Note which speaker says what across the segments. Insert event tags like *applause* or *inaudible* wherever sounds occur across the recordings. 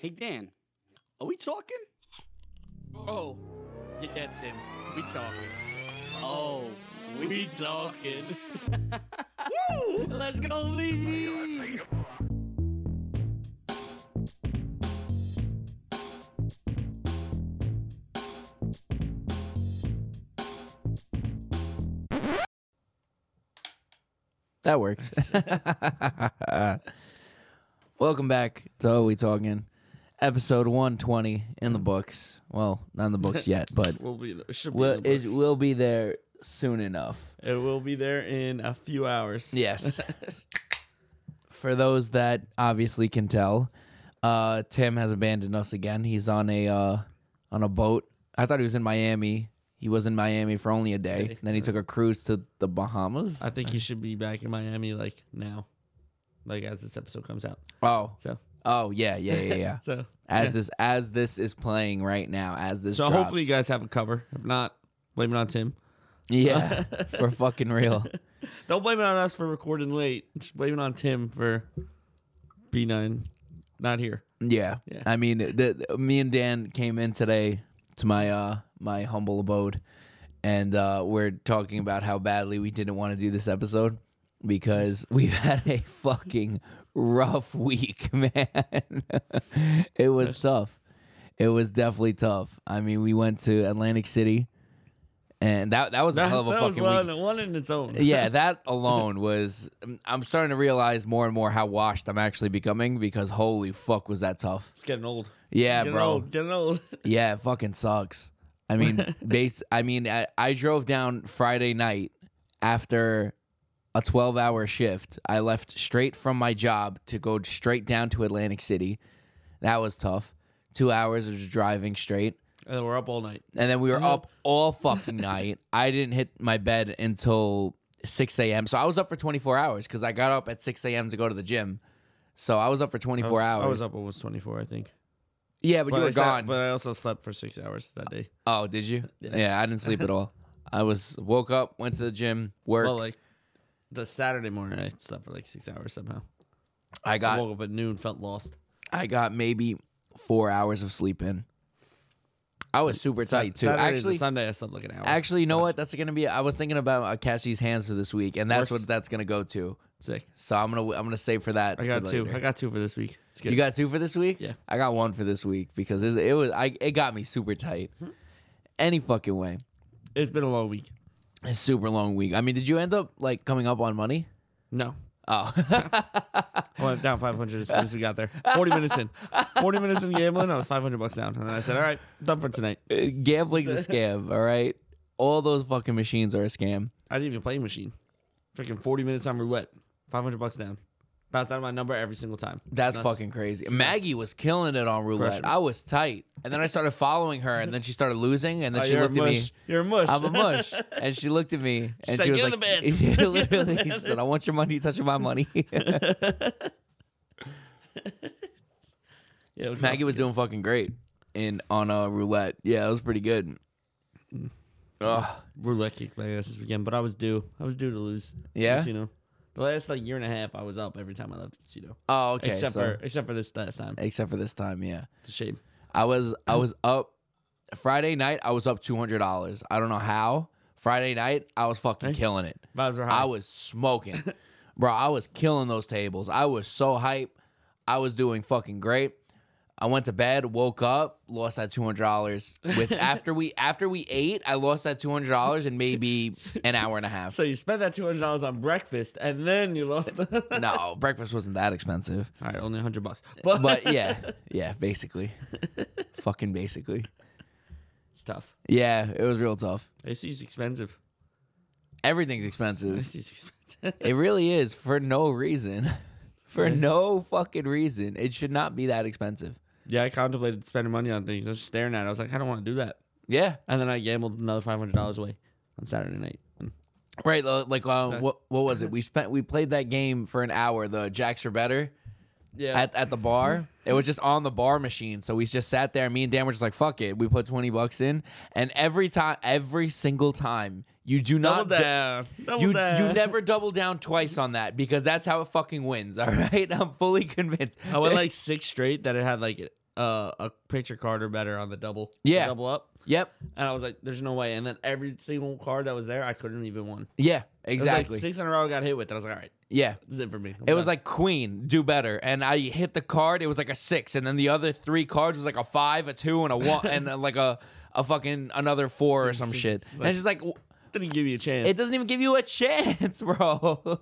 Speaker 1: Hey Dan, are we talking?
Speaker 2: Oh, yeah, that's him. We talking.
Speaker 1: Oh,
Speaker 2: We talking.
Speaker 1: *laughs* woo! Let's go, Lee.
Speaker 3: That works. *laughs* Welcome back to Oh We Talking, episode 120 in the books. Well, not in the books *laughs* yet, but
Speaker 2: We'll be there. Should be
Speaker 3: we'll,
Speaker 2: in the
Speaker 3: it
Speaker 2: books.
Speaker 3: will be there soon enough.
Speaker 2: It will be there in a few
Speaker 3: *laughs*
Speaker 2: hours.
Speaker 3: Yes. For those that obviously can tell, uh, Tim has abandoned us again. He's on a uh, on a boat. I thought he was in Miami. He was in Miami for only a day. Then he took a cruise to the Bahamas.
Speaker 2: I think he should be back in Miami like now, like as this episode comes out.
Speaker 3: Oh,
Speaker 2: So,
Speaker 3: oh yeah, yeah, yeah, yeah.
Speaker 2: *laughs* so
Speaker 3: as this as this is playing right now as this
Speaker 2: so
Speaker 3: drops.
Speaker 2: hopefully you guys have a cover. If not, blame it on Tim. *laughs*
Speaker 3: yeah for fucking real
Speaker 2: Don't blame it on us for recording late. Just blame it on Tim for B9 not here.
Speaker 3: yeah.
Speaker 2: Yeah.
Speaker 3: i mean the, the- me and dan came in today to my uh my humble abode and uh we're talking about how badly we didn't want to do this episode because *laughs* we've had a fucking rough week *laughs* man it was tough it was definitely tough i mean we went to atlantic city and that that was a hell of a
Speaker 2: that was
Speaker 3: fucking week.
Speaker 2: one, one in its own.
Speaker 3: yeah, that alone was. I'm starting to realize more and more how washed I'm actually becoming because holy fuck was that tough.
Speaker 2: it's getting old.
Speaker 3: Yeah,
Speaker 2: getting
Speaker 3: bro.
Speaker 2: old.
Speaker 3: *laughs*
Speaker 2: Getting old.
Speaker 3: Yeah, it fucking sucks. I mean, base. I mean, I, I drove down Friday night after a 12 hour shift. I left straight from my job to go straight down to Atlantic City. That was tough. Two hours of just driving straight.
Speaker 2: and we're up all night.
Speaker 3: And then we were up all
Speaker 2: *laughs*
Speaker 3: fucking night. I didn't hit my bed until 6 a.m. So I was up for 24 hours because I got up at 6 a.m. to go to the gym. So I was up for 24
Speaker 2: I was-
Speaker 3: hours.
Speaker 2: I was up almost 24, I think.
Speaker 3: Yeah, but, you
Speaker 2: I
Speaker 3: were
Speaker 2: sat-
Speaker 3: gone.
Speaker 2: but I also slept for six hours that day.
Speaker 3: oh, did you?
Speaker 2: Yeah.
Speaker 3: Yeah. I didn't sleep at
Speaker 2: *laughs*
Speaker 3: all. I was woke up, went to the gym, work.
Speaker 2: Well, like the Saturday morning, I slept for like six hours somehow.
Speaker 3: I
Speaker 2: I
Speaker 3: got
Speaker 2: woke up at noon, felt lost.
Speaker 3: I got maybe four hours of sleep in. I was super
Speaker 2: Sa-
Speaker 3: tight too.
Speaker 2: Saturday to
Speaker 3: actually,
Speaker 2: Sunday, I slept like an hour.
Speaker 3: actually, you know
Speaker 2: So,
Speaker 3: what? That's gonna be. I was thinking about uh, catch these hands for this week, and that's
Speaker 2: Worse.
Speaker 3: what that's gonna go to.
Speaker 2: Sick.
Speaker 3: So I'm gonna I'm gonna save for that.
Speaker 2: I got
Speaker 3: for
Speaker 2: two.
Speaker 3: later.
Speaker 2: I got two for this week. It's good.
Speaker 3: You got two for this week?
Speaker 2: Yeah.
Speaker 3: I got one for this week because it, it was I it got me super tight.
Speaker 2: Hmm.
Speaker 3: Any fucking way.
Speaker 2: it's been a long week.
Speaker 3: A super long week. I mean, did you end up like coming up on money?
Speaker 2: No, *laughs*
Speaker 3: Oh. *laughs*
Speaker 2: I went down 500 as soon as we got there. 40 minutes in. 40 minutes in gambling, I was 500 bucks down, and then I said, "All right, done for tonight."
Speaker 3: Gambling's a scam, all right? All those fucking machines are a scam.
Speaker 2: I didn't even play machine. Freaking 40 minutes on roulette, 500 bucks down. Bounced out of my number every single time.
Speaker 3: That's
Speaker 2: Nuts.
Speaker 3: fucking crazy. Maggie was killing it on roulette.
Speaker 2: Crushing it.
Speaker 3: I was tight. And then I started following her and then she started losing and then
Speaker 2: Oh,
Speaker 3: she
Speaker 2: you're
Speaker 3: looked
Speaker 2: a
Speaker 3: at
Speaker 2: mush. *laughs*
Speaker 3: me.
Speaker 2: You're a mush.
Speaker 3: I'm a
Speaker 2: *laughs*
Speaker 3: mush. And she looked at me and
Speaker 2: said,
Speaker 3: she was
Speaker 2: "Get in
Speaker 3: like,
Speaker 2: the
Speaker 3: *laughs*
Speaker 2: bed."
Speaker 3: Yeah, literally,
Speaker 2: *laughs*
Speaker 3: she said, I want your money touching my money. *laughs*
Speaker 2: yeah, it was
Speaker 3: Maggie was doing fucking great in on a roulette. Yeah, it was pretty good.
Speaker 2: Mm.
Speaker 3: Ugh.
Speaker 2: roulette kicked my ass this weekend, but I was due. I was due to lose. the
Speaker 3: Yeah?
Speaker 2: casino. The last like year and a half, I was up every time I left the casino.
Speaker 3: Oh, okay.
Speaker 2: except
Speaker 3: so-
Speaker 2: for except for this last time.
Speaker 3: except for this time, yeah.
Speaker 2: It's a shame.
Speaker 3: I was I
Speaker 2: *clears throat*
Speaker 3: was up Friday night. I was up two hundred dollars. I don't know how. Friday night, I was fucking killing it.
Speaker 2: Vibes were high.
Speaker 3: I was smoking, bro. I was killing those tables. I was so hype. I was doing fucking great. I went to bed, woke up, lost that two hundred dollars.
Speaker 2: *laughs*
Speaker 3: With after we after we ate, I lost that two hundred dollars in maybe an hour and a half.
Speaker 2: so you spent that two hundred dollars on breakfast, and then you lost. the-
Speaker 3: *laughs* no, breakfast wasn't that
Speaker 2: *laughs*
Speaker 3: expensive.
Speaker 2: All right, only hundred bucks. But,
Speaker 3: But yeah, yeah, basically. Fucking basically.
Speaker 2: *laughs* it's tough.
Speaker 3: Yeah, it was real tough.
Speaker 2: AC's expensive.
Speaker 3: Everything's
Speaker 2: *laughs*
Speaker 3: expensive.
Speaker 2: AC's expensive. *laughs*
Speaker 3: It really is for no reason. *laughs* For no fucking reason. It should not be that expensive.
Speaker 2: yeah, I contemplated spending money on things. I was just staring at. it. I was like, I don't want to do that.
Speaker 3: Yeah.
Speaker 2: And then I gambled another five hundred dollars away on Saturday night. And
Speaker 3: Right. li- Like uh,
Speaker 2: Exact-
Speaker 3: what what was it? We spent we played that game for an hour, the Jacks are better
Speaker 2: yeah,
Speaker 3: at, at the bar. It was just on the bar machine. So we just sat there. Me and Dan were just like, fuck it. We put twenty bucks in. And every time every single time you do
Speaker 2: double
Speaker 3: not do-
Speaker 2: down. double
Speaker 3: you
Speaker 2: down. *laughs*
Speaker 3: you never double down twice on that *laughs* because that's how it fucking wins. All right, I'm fully convinced. *laughs*
Speaker 2: I went like six straight that it had like uh, a picture card or better on the double. the
Speaker 3: Yeah.
Speaker 2: double up.
Speaker 3: Yep.
Speaker 2: And I was like, "There's no way." And then every single card that was there, I couldn't even win.
Speaker 3: Yeah.
Speaker 2: It was like
Speaker 3: Exactly.
Speaker 2: six in a row. I got hit with. I was like, "All right,
Speaker 3: yeah.
Speaker 2: this is it for me." I'm
Speaker 3: It was
Speaker 2: done."
Speaker 3: like Queen, do better, and I hit the card. It was like a six, and then the other three cards was like a five, a two, and a one, and uh, like a a fucking another four or some shit. And it's just like w-
Speaker 2: didn't give you a chance.
Speaker 3: it doesn't even give you a chance, *laughs* bro.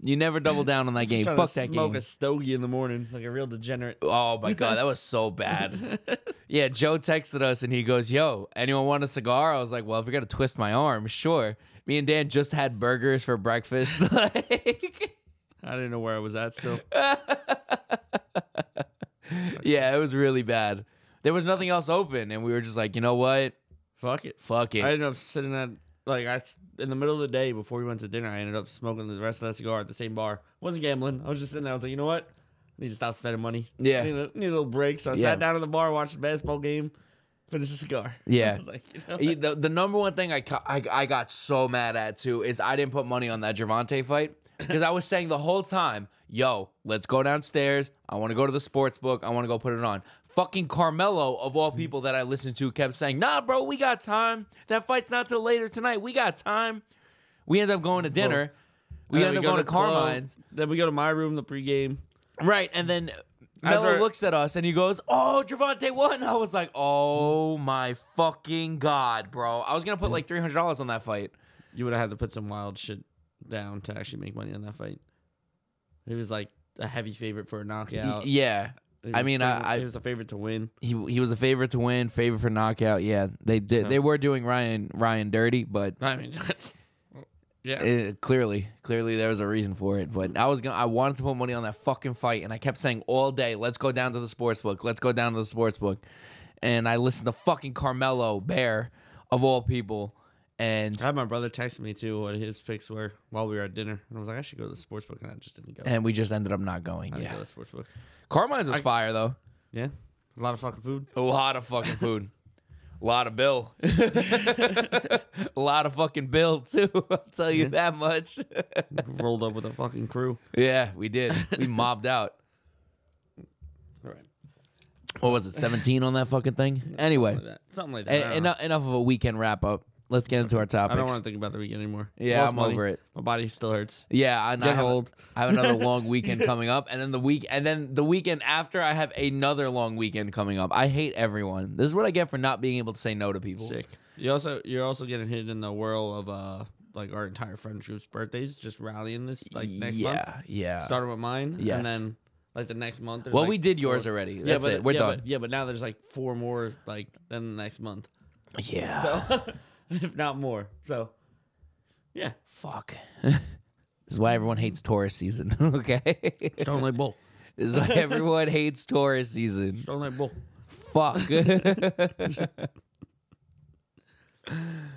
Speaker 3: you never double down on that game.
Speaker 2: Trying
Speaker 3: Fuck
Speaker 2: to
Speaker 3: that
Speaker 2: smoke
Speaker 3: game.
Speaker 2: a stogie in the morning, like a
Speaker 3: *laughs*
Speaker 2: real degenerate.
Speaker 3: Oh my god, that was so bad. yeah, Joe texted us and he goes, "Yo, anyone want a cigar?" I was like, "Well, if you're gonna twist my arm, sure." Me and Dan just had burgers for breakfast. *laughs* like,
Speaker 2: *laughs* I didn't know where I was
Speaker 3: *laughs*
Speaker 2: at still.
Speaker 3: yeah, it was really bad. There was nothing else open, and we were just like, you know what?
Speaker 2: Fuck it.
Speaker 3: Fuck
Speaker 2: I
Speaker 3: it.
Speaker 2: ended up sitting at like I s- in the middle of the day before we went to dinner. I ended up smoking the rest of that cigar at the same bar. wasn't gambling. I was just sitting there. I was like, you know what? I need to stop spending money.
Speaker 3: Yeah.
Speaker 2: need a, need a little break. So I
Speaker 3: Yeah.
Speaker 2: sat down at the bar, watched a basketball game, finished the cigar. *laughs*
Speaker 3: Yeah.
Speaker 2: I was like, you know
Speaker 3: E-
Speaker 2: what?
Speaker 3: The, the number one thing I, ca- I I got so mad at too is I didn't put money on that Javante
Speaker 2: *clears throat*
Speaker 3: fight because I was saying the whole time, yo, let's go downstairs. I want to go to the sports book. I want to go put it on. Fucking Carmelo of
Speaker 2: Mm.
Speaker 3: all people that I listened to kept saying, nah, bro, we got time. That fight's not till later tonight. We got time. We end up going to dinner. we
Speaker 2: And then
Speaker 3: end up
Speaker 2: go
Speaker 3: going to
Speaker 2: the club.
Speaker 3: Carmine's.
Speaker 2: Then we go to my room, the pregame.
Speaker 3: Right, and then
Speaker 2: As
Speaker 3: Melo
Speaker 2: our-
Speaker 3: looks at us and he goes, "Oh, Javante won." I was like, "Oh my fucking god, bro!" I was gonna put like three hundred dollars on that fight.
Speaker 2: You would have had to put some wild shit down to actually make money on that fight. He was like a heavy favorite for a
Speaker 3: Y-
Speaker 2: knockout.
Speaker 3: Yeah,
Speaker 2: He
Speaker 3: I
Speaker 2: was
Speaker 3: mean, I-
Speaker 2: favorite-
Speaker 3: I-
Speaker 2: he was a favorite to win. *laughs*
Speaker 3: he he was a favorite to win, favorite for knockout. Yeah, they did. They were doing Ryan Ryan dirty, but
Speaker 2: I mean, *laughs* that's, yeah.
Speaker 3: uh clearly, clearly there was a reason for it. But I was gonna, I wanted to put money on that fucking fight, and I kept saying all day, "Let's go down to the sports book. Let's go down to the sports book." And I listened to fucking Carmelo Bear of all people, and
Speaker 2: I had my brother text me too what his picks were while we were at dinner, and I was like, I should go to the sports book, and I just didn't go.
Speaker 3: and we just ended up not going.
Speaker 2: I didn't
Speaker 3: Yeah.
Speaker 2: go to the sports book.
Speaker 3: Carmine's was fire though.
Speaker 2: Yeah, a lot of
Speaker 3: *laughs*
Speaker 2: fucking food.
Speaker 3: A lot of fucking food. A lot of bill. *laughs* a lot of fucking bill too. *laughs* I'll tell you that much. *laughs*
Speaker 2: Rolled up with a fucking crew.
Speaker 3: yeah, we did. We mobbed out.
Speaker 2: All right,
Speaker 3: What was it? 17 on that fucking thing. Anyway,
Speaker 2: like that. something like that. I,
Speaker 3: en-
Speaker 2: don't know.
Speaker 3: enough enough of a weekend wrap up. Let's get into our topics.
Speaker 2: I don't want to think about the weekend anymore.
Speaker 3: Yeah,
Speaker 2: Lost
Speaker 3: I'm
Speaker 2: money.
Speaker 3: over it.
Speaker 2: My body still hurts.
Speaker 3: Yeah, and I
Speaker 2: Get
Speaker 3: have,
Speaker 2: old.
Speaker 3: I have
Speaker 2: *laughs*
Speaker 3: another long weekend coming up, and then the week, and then the weekend after, I have another long weekend coming up. I hate everyone. This is what I get for not being able to say no to people.
Speaker 2: Sick. You also you're also getting hit in the whirl of uh like our entire friend group's birthdays just rallying this like next
Speaker 3: yeah,
Speaker 2: month.
Speaker 3: yeah.
Speaker 2: Started with mine,
Speaker 3: yes.
Speaker 2: and then like the next month. there's,
Speaker 3: well,
Speaker 2: like,
Speaker 3: we did yours
Speaker 2: four-
Speaker 3: already.
Speaker 2: Yeah,
Speaker 3: That's
Speaker 2: but,
Speaker 3: it. We're
Speaker 2: yeah,
Speaker 3: done.
Speaker 2: But, yeah, but now there's like four more like then the next month.
Speaker 3: yeah.
Speaker 2: So,
Speaker 3: *laughs*
Speaker 2: if not more. So, yeah.
Speaker 3: Fuck. *laughs* this is why everyone hates Taurus season. *laughs* okay.
Speaker 2: Strong like bull.
Speaker 3: *laughs* this is why
Speaker 2: *laughs*
Speaker 3: everyone hates Taurus season.
Speaker 2: Strong like bull.
Speaker 3: Fuck.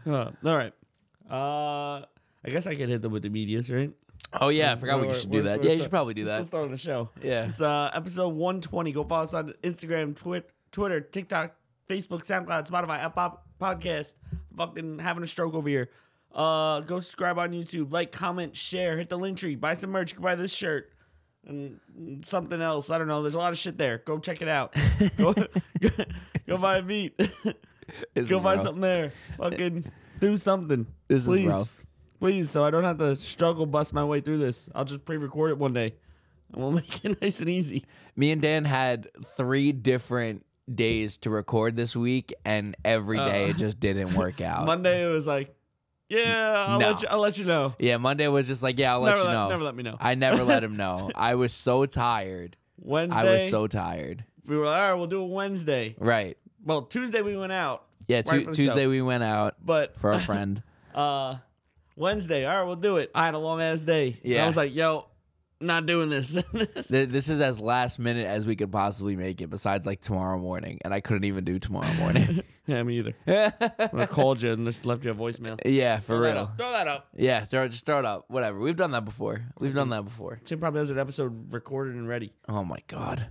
Speaker 2: Uh, all right. Uh, I guess I could hit them with the medias, right?
Speaker 3: *laughs* oh yeah, I forgot we
Speaker 2: Where-
Speaker 3: should
Speaker 2: where-
Speaker 3: do that.
Speaker 2: where
Speaker 3: Yeah, you
Speaker 2: start?
Speaker 3: should probably do
Speaker 2: Let's-
Speaker 3: that.
Speaker 2: Let's start the show. *laughs*
Speaker 3: Yeah.
Speaker 2: It's uh, episode 120. Go follow us on Instagram, Twit, Twitter, TikTok, Facebook, SoundCloud, Spotify, Apple Pop- Podcast. Fucking having a stroke over here. Uh, go subscribe on YouTube, like, comment, share, hit the link tree, buy some merch, you can buy this shirt. and something else. I don't know. There's a lot of shit there. Go check it out. Go, *laughs* go, go buy a beat. *laughs*
Speaker 3: This
Speaker 2: go
Speaker 3: is
Speaker 2: buy
Speaker 3: rough.
Speaker 2: something there. Fucking
Speaker 3: *laughs*
Speaker 2: do something.
Speaker 3: This is
Speaker 2: please.
Speaker 3: rough.
Speaker 2: Please, so I don't have to struggle bust my way through this. I'll just pre-record it one day, and we'll *laughs* make it nice and easy.
Speaker 3: Me and Dan had three different days to record this week, and every day it just didn't
Speaker 2: *laughs*
Speaker 3: work out.
Speaker 2: Monday it was like, yeah, I'll
Speaker 3: No.
Speaker 2: let you. I'll let you know.
Speaker 3: yeah, Monday was just like, yeah, I'll let
Speaker 2: never
Speaker 3: you
Speaker 2: let,
Speaker 3: know.
Speaker 2: Never let me know.
Speaker 3: I never let
Speaker 2: *laughs*
Speaker 3: him know. I was so tired.
Speaker 2: Wednesday,
Speaker 3: I was so tired.
Speaker 2: we were like, all right, we'll do it Wednesday.
Speaker 3: Right.
Speaker 2: Well, Tuesday we went out,
Speaker 3: Yeah,
Speaker 2: Right
Speaker 3: Tu-
Speaker 2: from the
Speaker 3: Tuesday
Speaker 2: show.
Speaker 3: we went out
Speaker 2: but *laughs*
Speaker 3: for a friend.
Speaker 2: uh Wednesday, all right, we'll do it. I had a long ass day. And
Speaker 3: Yeah.
Speaker 2: I was like, yo, not doing this. *laughs*
Speaker 3: Th- this is as last minute as we could possibly make it, besides like tomorrow morning. And I couldn't even do tomorrow
Speaker 2: *laughs*
Speaker 3: morning. *laughs*
Speaker 2: yeah, me either.
Speaker 3: yeah,
Speaker 2: When I called you and just left you a voicemail.
Speaker 3: for
Speaker 2: Throw that
Speaker 3: real.
Speaker 2: up. Throw that up.
Speaker 3: Yeah, throw it, just throw it up. Whatever. We've done that before. We've done that before.
Speaker 2: Tim probably has an episode recorded and ready.
Speaker 3: Oh my god.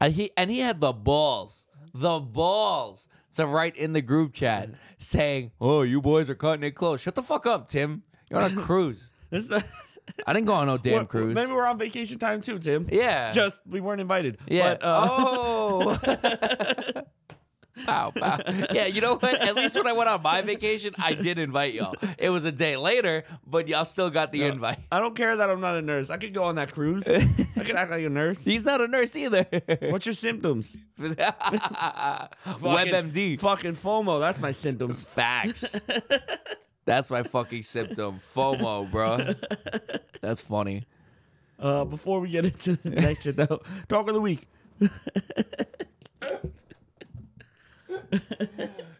Speaker 3: I, he and he had the balls, the balls to write in the group chat
Speaker 2: *laughs*
Speaker 3: saying, "Oh, you boys are cutting it close. Shut the fuck up, Tim. You're on a cruise."
Speaker 2: This is the-
Speaker 3: I didn't go on no damn
Speaker 2: Well,
Speaker 3: cruise.
Speaker 2: Maybe we're on vacation time too, Tim.
Speaker 3: yeah.
Speaker 2: Just we weren't invited.
Speaker 3: Yeah.
Speaker 2: But, uh,
Speaker 3: oh. *laughs*
Speaker 2: *laughs*
Speaker 3: Pow, pow. Yeah, you know what? At least when I went on my vacation, I did invite y'all. It was a day later, but y'all still got the invite.
Speaker 2: I don't care that I'm not a nurse. I could go on that
Speaker 3: *laughs*
Speaker 2: cruise. I could act like a nurse.
Speaker 3: He's not a nurse either. *laughs*
Speaker 2: *laughs* What's your symptoms?
Speaker 3: WebMD.
Speaker 2: Fucking FOMO. That's my symptoms.
Speaker 3: Facts. That's my fucking symptom. FOMO, bro. That's funny.
Speaker 2: Uh, before we get into
Speaker 3: *laughs*
Speaker 2: the next shit, though, talk of the week. *laughs*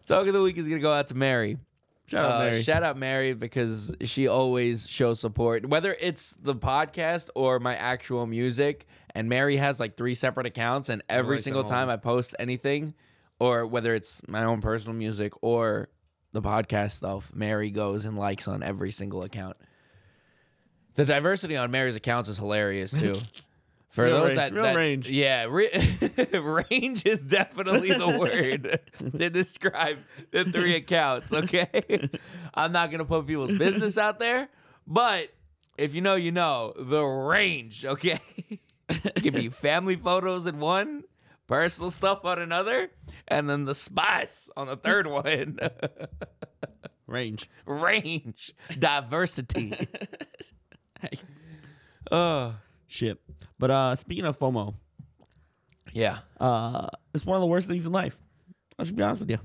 Speaker 3: Talk of the week is gonna go out to Mary.
Speaker 2: Shout out,
Speaker 3: Uh,
Speaker 2: Mary.
Speaker 3: Shout out Mary because she always shows support, whether it's the podcast or my actual music. And Mary has like three separate accounts, and every
Speaker 2: Right,
Speaker 3: single
Speaker 2: so-
Speaker 3: time I post anything, or whether it's my own personal music or the podcast stuff, Mary goes and likes on every single account. The diversity on Mary's accounts is hilarious
Speaker 2: *laughs*
Speaker 3: too. For
Speaker 2: Real
Speaker 3: those
Speaker 2: range,
Speaker 3: that
Speaker 2: real
Speaker 3: that-
Speaker 2: range.
Speaker 3: yeah, re- *laughs* range is definitely the word to describe the three accounts. Okay, *laughs* I'm not gonna put people's business out there, but if you know, you know the range. Okay, it can be family photos in one, personal stuff on another, and then the spice on the third one. *laughs*
Speaker 2: Range.
Speaker 3: range, diversity. Oh
Speaker 2: Shit. But uh, speaking of FOMO,
Speaker 3: yeah.
Speaker 2: uh, it's one of the worst things in life. I should be honest with you.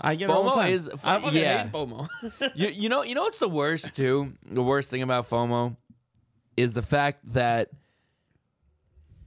Speaker 2: I get it all the
Speaker 3: FOMO
Speaker 2: time.
Speaker 3: is-
Speaker 2: I fucking
Speaker 3: yeah.
Speaker 2: hate FOMO. *laughs*
Speaker 3: you, you know you know what's the worst too the worst thing about fomo is the fact that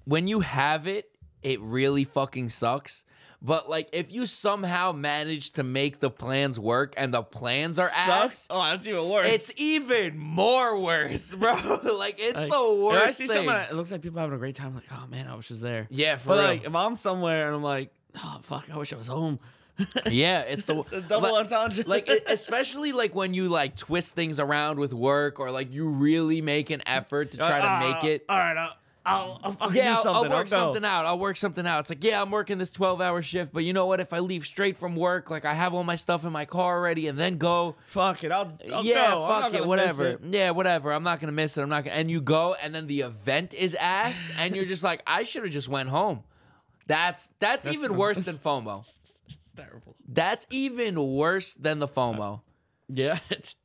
Speaker 3: when you have it it really fucking sucks but like if you somehow manage to make the plans work and the plans are
Speaker 2: Sucks.
Speaker 3: ass
Speaker 2: Oh, that's even worse.
Speaker 3: it's even more worse *laughs* bro like it's
Speaker 2: Like,
Speaker 3: the
Speaker 2: If I
Speaker 3: worst
Speaker 2: see
Speaker 3: thing
Speaker 2: someone, it looks like people having a great time. Like, oh man, I wish I was there.
Speaker 3: yeah for
Speaker 2: but
Speaker 3: real.
Speaker 2: like, if I'm somewhere and I'm like, oh fuck, I wish I was home. *laughs*
Speaker 3: yeah it's the
Speaker 2: It's a double
Speaker 3: like-
Speaker 2: entendre.
Speaker 3: *laughs* like
Speaker 2: *laughs*
Speaker 3: it, especially like when you like twist things around with work or like you really make an effort to try to make it
Speaker 2: Ah, All right, I'll, I'll, I'll fucking
Speaker 3: yeah,
Speaker 2: do
Speaker 3: I'll,
Speaker 2: something.
Speaker 3: I'll work
Speaker 2: go.
Speaker 3: something out. I'll work something out. It's like, yeah, I'm working this 12 hour shift, but you know what? If I leave straight from work, like I have all my stuff in my car already and then go,
Speaker 2: Fuck it. I'll, I'll
Speaker 3: yeah,
Speaker 2: go. I'm not
Speaker 3: fuck
Speaker 2: gonna
Speaker 3: it,
Speaker 2: miss
Speaker 3: whatever.
Speaker 2: it.
Speaker 3: Yeah, whatever. I'm not going to miss it. I'm not going to. And you go, and then the event is ass, and you're just like, I should have just went home. That's that's, even
Speaker 2: the- *laughs*
Speaker 3: worse than FOMO.
Speaker 2: It's terrible. *laughs*
Speaker 3: That's even worse than the FOMO.
Speaker 2: Yeah, it's,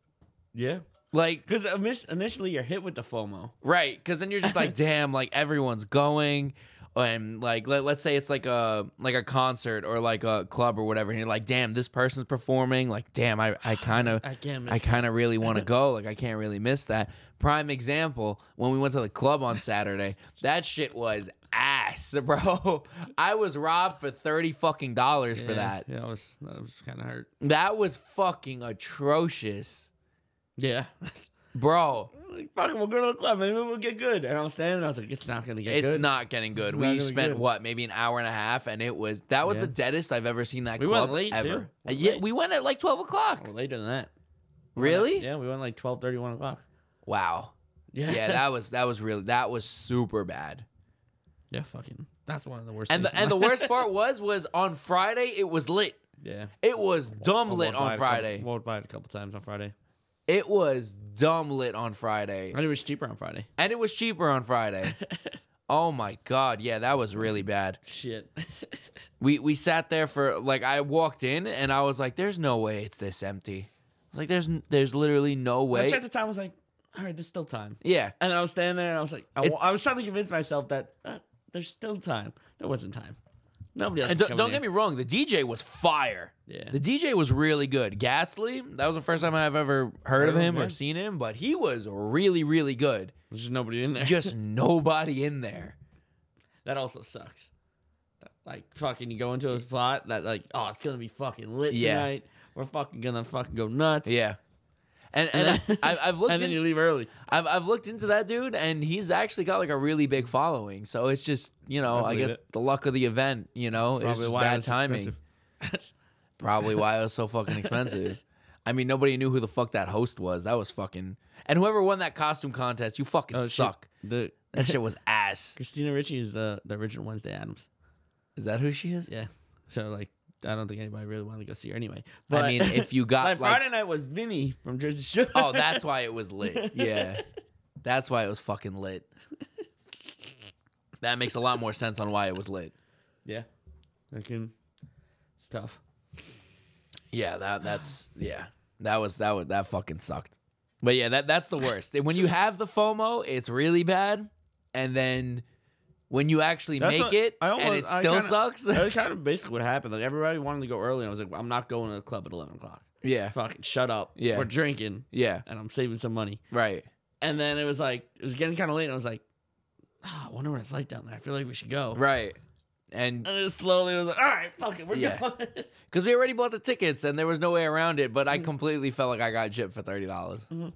Speaker 2: yeah.
Speaker 3: Like,
Speaker 2: Because initially you're hit with the FOMO.
Speaker 3: Right, because then you're just
Speaker 2: *laughs*
Speaker 3: like, damn, like everyone's going, and like let, let's say it's like a like a concert or like a club or whatever, and you're like, damn, this person's performing, like damn, I
Speaker 2: *sighs*
Speaker 3: I kind of
Speaker 2: I can't miss
Speaker 3: I kind of really
Speaker 2: *laughs*
Speaker 3: want to go, like I can't really miss that. Prime example when we went to the club on Saturday, that shit was ass, *laughs* bro. I was robbed for thirty fucking dollars for that.
Speaker 2: Yeah, I was I was kind of hurt.
Speaker 3: That was fucking atrocious,
Speaker 2: Yeah.
Speaker 3: bro.
Speaker 2: *laughs* like, fuck, it, we'll go to the club. Maybe we'll get good. And I was standing there. I was like, it's not gonna get
Speaker 3: It's
Speaker 2: good.
Speaker 3: not getting good.
Speaker 2: It's
Speaker 3: we
Speaker 2: not gonna
Speaker 3: spent
Speaker 2: good.
Speaker 3: what, maybe an hour and a half, and it was that was
Speaker 2: Yeah.
Speaker 3: the deadest I've ever seen that
Speaker 2: We went
Speaker 3: club
Speaker 2: late,
Speaker 3: ever.
Speaker 2: too.
Speaker 3: Uh, yeah, we went at like twelve o'clock.
Speaker 2: We're Oh, later than that. We went at-
Speaker 3: Really?
Speaker 2: Yeah, we went like 12, 1 o'clock. *laughs*
Speaker 3: Wow. Yeah, that was that was really that was super bad.
Speaker 2: yeah, fucking. That's one of the worst.
Speaker 3: And the
Speaker 2: things in
Speaker 3: and the *laughs*
Speaker 2: life. *laughs*
Speaker 3: worst part was was on Friday it was *laughs* lit.
Speaker 2: Yeah.
Speaker 3: It was dumb
Speaker 2: I
Speaker 3: lit on
Speaker 2: walked by it a couple-
Speaker 3: Friday.
Speaker 2: Walked by it a couple times on Friday.
Speaker 3: It was dumb lit on Friday,
Speaker 2: And it was cheaper
Speaker 3: *laughs*
Speaker 2: on Friday.
Speaker 3: and it was cheaper on Friday. Oh my god, yeah, that was really bad.
Speaker 2: Shit. *laughs*
Speaker 3: we we sat there for like I walked in and I was like, "There's no way it's this empty." I was like, "There's n- there's literally no
Speaker 2: I
Speaker 3: way."
Speaker 2: checked the time. I was like, all right, there's still time.
Speaker 3: yeah,
Speaker 2: And then I was standing there and I was like, I, wa-
Speaker 3: It's-
Speaker 2: I was trying to convince myself that uh, there's still time. There wasn't time. Nobody else.
Speaker 3: and
Speaker 2: is
Speaker 3: don't,
Speaker 2: coming
Speaker 3: don't
Speaker 2: in.
Speaker 3: get me wrong, the DJ was fire.
Speaker 2: Yeah.
Speaker 3: the DJ was really good. Ghastly, that was the first time I've ever heard of
Speaker 2: of
Speaker 3: him
Speaker 2: him,
Speaker 3: or
Speaker 2: yeah.
Speaker 3: seen him, but he was really really
Speaker 2: *laughs*
Speaker 3: good.
Speaker 2: There's just nobody in there.
Speaker 3: Just nobody in there.
Speaker 2: that also sucks. Like fucking, you go into a spot that like, oh, it's gonna be fucking lit
Speaker 3: Yeah.
Speaker 2: tonight. We're fucking gonna fucking go nuts.
Speaker 3: Yeah. And,
Speaker 2: *laughs* And
Speaker 3: and
Speaker 2: then-
Speaker 3: I, I've looked
Speaker 2: and then
Speaker 3: into-
Speaker 2: you leave early.
Speaker 3: I've I've looked into that dude, and he's actually got like a really big following. So it's just you know,
Speaker 2: I
Speaker 3: I,
Speaker 2: believe
Speaker 3: guess the luck of the event. You know, it's just bad
Speaker 2: was
Speaker 3: timing.
Speaker 2: expensive.
Speaker 3: Probably why it was so fucking
Speaker 2: *laughs*
Speaker 3: expensive. I mean, nobody knew who the fuck that host was. That was fucking. And whoever won that costume contest, you fucking
Speaker 2: Oh, shit.
Speaker 3: suck.
Speaker 2: The
Speaker 3: That shit was
Speaker 2: *laughs*
Speaker 3: ass.
Speaker 2: Christina Ritchie is the the original Wednesday Adams.
Speaker 3: Is that who she is?
Speaker 2: Yeah. So like, I don't think anybody really wanted to go see her anyway.
Speaker 3: I mean, if you got
Speaker 2: *laughs* like,
Speaker 3: like,
Speaker 2: *laughs* Friday night was Vinny from Jersey Shore. *laughs*
Speaker 3: oh, that's why it was lit. Yeah, That's why it was fucking lit. that makes a lot more sense on why it was lit.
Speaker 2: Yeah. I can. It's tough.
Speaker 3: Yeah, that that's yeah. That was that was that fucking sucked. But yeah, that that's the worst. When you have the FOMO, it's really bad. And then when you actually
Speaker 2: That's
Speaker 3: make
Speaker 2: what-
Speaker 3: it
Speaker 2: I almost-
Speaker 3: and it
Speaker 2: I
Speaker 3: still
Speaker 2: kinda-
Speaker 3: sucks. *laughs*
Speaker 2: *laughs* That's kind of basically what happened. Like everybody wanted to go early, and I was like, "I'm not going to the club at 11 o'clock.
Speaker 3: yeah.
Speaker 2: Fucking shut up.
Speaker 3: Yeah.
Speaker 2: we're drinking,
Speaker 3: Yeah.
Speaker 2: and I'm saving some money."
Speaker 3: Right.
Speaker 2: And then it was like it was getting kind of late, and I was like, Ah, "I wonder what it's like down there. I feel like we should go."
Speaker 3: Right. And
Speaker 2: And then slowly, I was like, "All right, fuck it, we're
Speaker 3: Yeah.
Speaker 2: *laughs* going."
Speaker 3: because we already bought the tickets and there was no way around it, but I completely felt like I got gypped for thirty dollars.
Speaker 2: Mhm.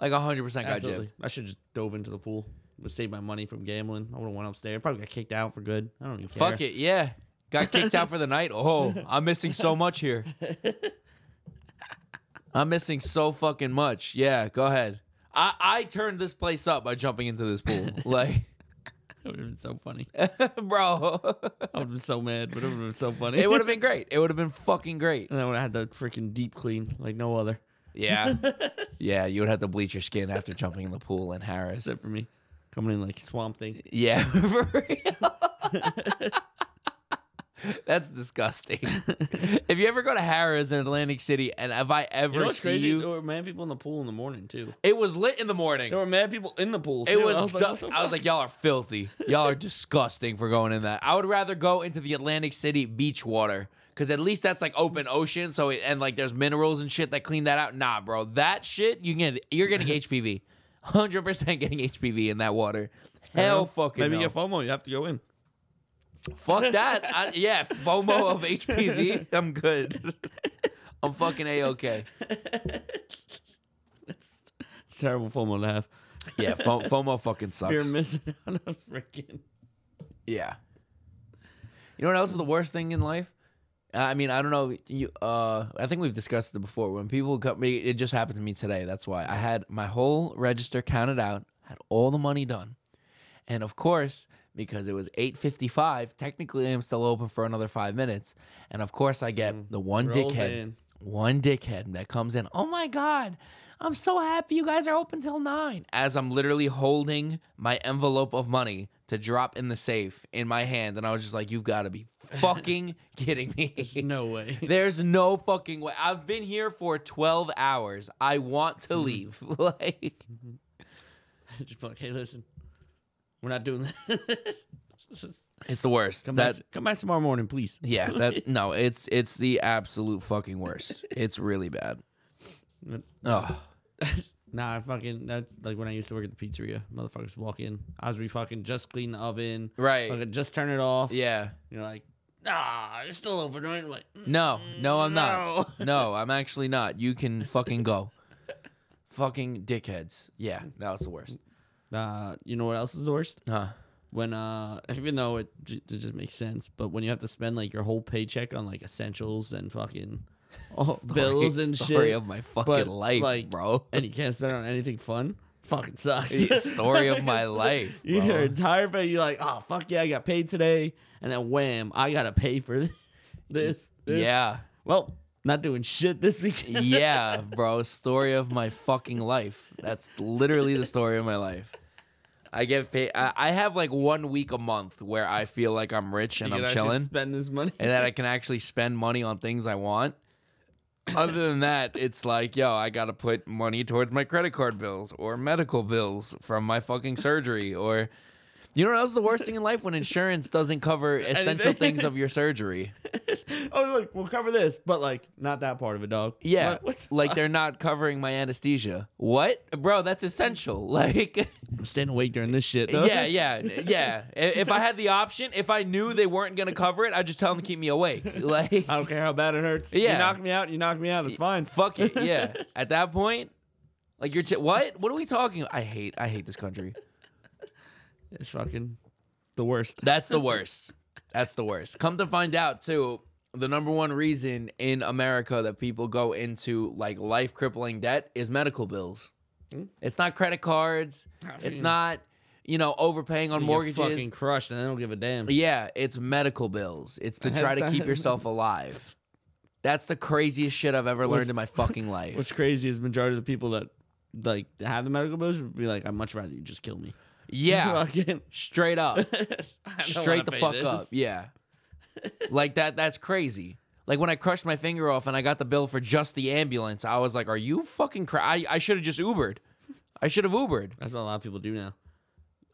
Speaker 3: Like hundred percent got gypped.
Speaker 2: I should just dove into the pool. Would save my money from gambling. I would have went upstairs. Probably got kicked out for good. I don't even care.
Speaker 3: Fuck it, yeah. Got kicked out for the night. Oh, I'm missing so much here. I'm missing so fucking much. Yeah, go ahead. I, I turned this place up by jumping into this pool. Like, *laughs*
Speaker 2: *laughs* It would have been so funny.
Speaker 3: bro,
Speaker 2: I would have been so mad, but it would have been *laughs* so funny.
Speaker 3: it would have been great. It would have been fucking
Speaker 2: *laughs*
Speaker 3: great.
Speaker 2: And I would have had the freaking deep clean like no *laughs* other.
Speaker 3: Yeah. Yeah, you would have to bleach your skin after jumping in the pool in Harris.
Speaker 2: Except for me. Coming in like swamp thing.
Speaker 3: Yeah, *laughs* for real. *laughs* That's
Speaker 2: *laughs*
Speaker 3: disgusting. If you ever go to Harris in Atlantic City, and if I ever
Speaker 2: You know what's
Speaker 3: see
Speaker 2: crazy?
Speaker 3: you,
Speaker 2: There were mad people in the pool in the morning too.
Speaker 3: it was lit in the morning.
Speaker 2: There were mad people in the pool.
Speaker 3: It
Speaker 2: too.
Speaker 3: was.
Speaker 2: I was like,
Speaker 3: du-
Speaker 2: what the
Speaker 3: I was
Speaker 2: fuck?
Speaker 3: like, y'all are filthy. Y'all are disgusting for going in that. I would rather go into the Atlantic City beach water because at least that's like open ocean. So it, and like there's minerals and shit that clean that out. Nah, bro, that shit you get. You're
Speaker 2: *laughs*
Speaker 3: getting HPV. Hundred percent getting HPV in that water.
Speaker 2: I don't
Speaker 3: Hell
Speaker 2: know.
Speaker 3: fucking
Speaker 2: Maybe
Speaker 3: no.
Speaker 2: you get FOMO. You have to go *laughs* in.
Speaker 3: Fuck that. I, yeah, FOMO of HPV. I'm good. I'm fucking a okay.
Speaker 2: It's, it's terrible FOMO to have.
Speaker 3: Yeah, fo- FOMO fucking
Speaker 2: You're
Speaker 3: sucks.
Speaker 2: missing *laughs* out on freaking.
Speaker 3: Yeah. You know what else is the worst thing in life? Uh, I mean, I don't know. You, uh, I think we've discussed it before. When people cut me, it just happened to me today. That's why I had my whole register counted out, had all the money done, and of course, because it was eight fifty-five, technically I'm still open for another five minutes. And of course, I get the one
Speaker 2: Mm-hmm. rolls
Speaker 3: dickhead,
Speaker 2: in.
Speaker 3: one dickhead that comes in. Oh my god, I'm so happy you guys are open till nine. As I'm literally holding my envelope of money to drop in the safe in my hand, and I was just like, "You've got to *laughs* be fucking kidding me." *laughs*
Speaker 2: No way. *laughs*
Speaker 3: There's no fucking way. I've been here for 12 hours. I want to leave. *laughs* like,
Speaker 2: Just be like, hey, listen, we're not doing this. This is-
Speaker 3: it's the worst.
Speaker 2: *laughs* come,
Speaker 3: That- *laughs*
Speaker 2: back, come back tomorrow morning, please. *laughs*
Speaker 3: yeah, that no, it's it's the absolute fucking worst. It's really *laughs* bad. Oh,
Speaker 2: Nah, I fucking that like when I used to work at the pizzeria, motherfuckers walk in. I was re fucking just clean the oven,
Speaker 3: right.
Speaker 2: fucking just turn it off.
Speaker 3: Yeah.
Speaker 2: You're like, ah, you're still open, right? I'm like,
Speaker 3: No, no, I'm not.
Speaker 2: No. *laughs*
Speaker 3: No, I'm actually not. You can fucking go. fucking dickheads. Yeah, that was the worst.
Speaker 2: uh, you know what else is the worst?
Speaker 3: Huh.
Speaker 2: When uh, *laughs* even though it, j- it just makes sense, but when you have to spend like your whole paycheck on like essentials and
Speaker 3: *laughs*
Speaker 2: fucking all, Oh, *laughs* bills
Speaker 3: Story-
Speaker 2: and
Speaker 3: story
Speaker 2: shit,
Speaker 3: of my fucking
Speaker 2: but,
Speaker 3: life,
Speaker 2: like,
Speaker 3: bro.
Speaker 2: and you can't spend it on anything fun, fucking sucks. *laughs*
Speaker 3: story of my life.
Speaker 2: You
Speaker 3: bro.
Speaker 2: Your entire pay, you're like, oh fuck yeah, I got paid today, and then wham, I gotta pay for *laughs* this, this, this.
Speaker 3: Yeah.
Speaker 2: Well, not doing shit this weekend.
Speaker 3: *laughs*
Speaker 2: *laughs*
Speaker 3: yeah, bro. Story of my fucking life. That's literally the story of my life. I get paid. I, I have like one week a month where I feel like I'm rich and
Speaker 2: You
Speaker 3: I'm
Speaker 2: could actually
Speaker 3: chilling,
Speaker 2: Spend this money.
Speaker 3: and that I can actually spend money on things I want. Other than that, it's like, yo, I gotta put money towards my credit card bills or medical bills from my fucking surgery or. You know what else is the worst thing in life when insurance doesn't cover essential
Speaker 2: *laughs* Anything.
Speaker 3: things of your surgery.
Speaker 2: *laughs* oh look, we'll cover this, but like not that part of it, dog.
Speaker 3: Yeah,
Speaker 2: Like, what the
Speaker 3: like
Speaker 2: fuck?
Speaker 3: they're not covering my anesthesia. What, bro? That's essential. *laughs* Like,
Speaker 2: I'm staying awake during this shit. dog.
Speaker 3: yeah, yeah, yeah. I- If I had the option, if I knew they weren't gonna cover it, I'd just tell them to keep me awake. *laughs* Like,
Speaker 2: I don't care how bad it hurts.
Speaker 3: Yeah.
Speaker 2: you knock me out, you knock me out. It's
Speaker 3: *laughs*
Speaker 2: fine.
Speaker 3: fuck it.
Speaker 2: *laughs*
Speaker 3: Yeah. At that point, like you're t- what? What are we talking? I hate. I hate this country.
Speaker 2: It's fucking the worst.
Speaker 3: That's the worst. That's the worst. Come to find out, too, the number one reason in America that people go into like life crippling debt is medical bills. It's not credit cards. It's
Speaker 2: Hmm? mean-
Speaker 3: not, you know, overpaying on
Speaker 2: You get fucking
Speaker 3: mortgages.
Speaker 2: crushed, and I don't give a damn.
Speaker 3: Yeah, it's medical bills. It's to try
Speaker 2: *laughs*
Speaker 3: to keep yourself alive. That's the craziest shit I've ever learned in my fucking life.
Speaker 2: *laughs* What's crazy is majority of the people that like to have the medical bills would be like, I'd much rather you just kill me.
Speaker 3: Yeah.
Speaker 2: *laughs* Fucking-
Speaker 3: Straight up.
Speaker 2: I don't wanna
Speaker 3: Straight the
Speaker 2: pay
Speaker 3: fuck
Speaker 2: this.
Speaker 3: up.
Speaker 2: *laughs*
Speaker 3: Yeah. like that that's crazy. Like when I crushed my finger off and I got the bill for just the ambulance, I was like, "Are you fucking cra- I I should have just Ubered. I should have Ubered."
Speaker 2: That's what a lot of people do now.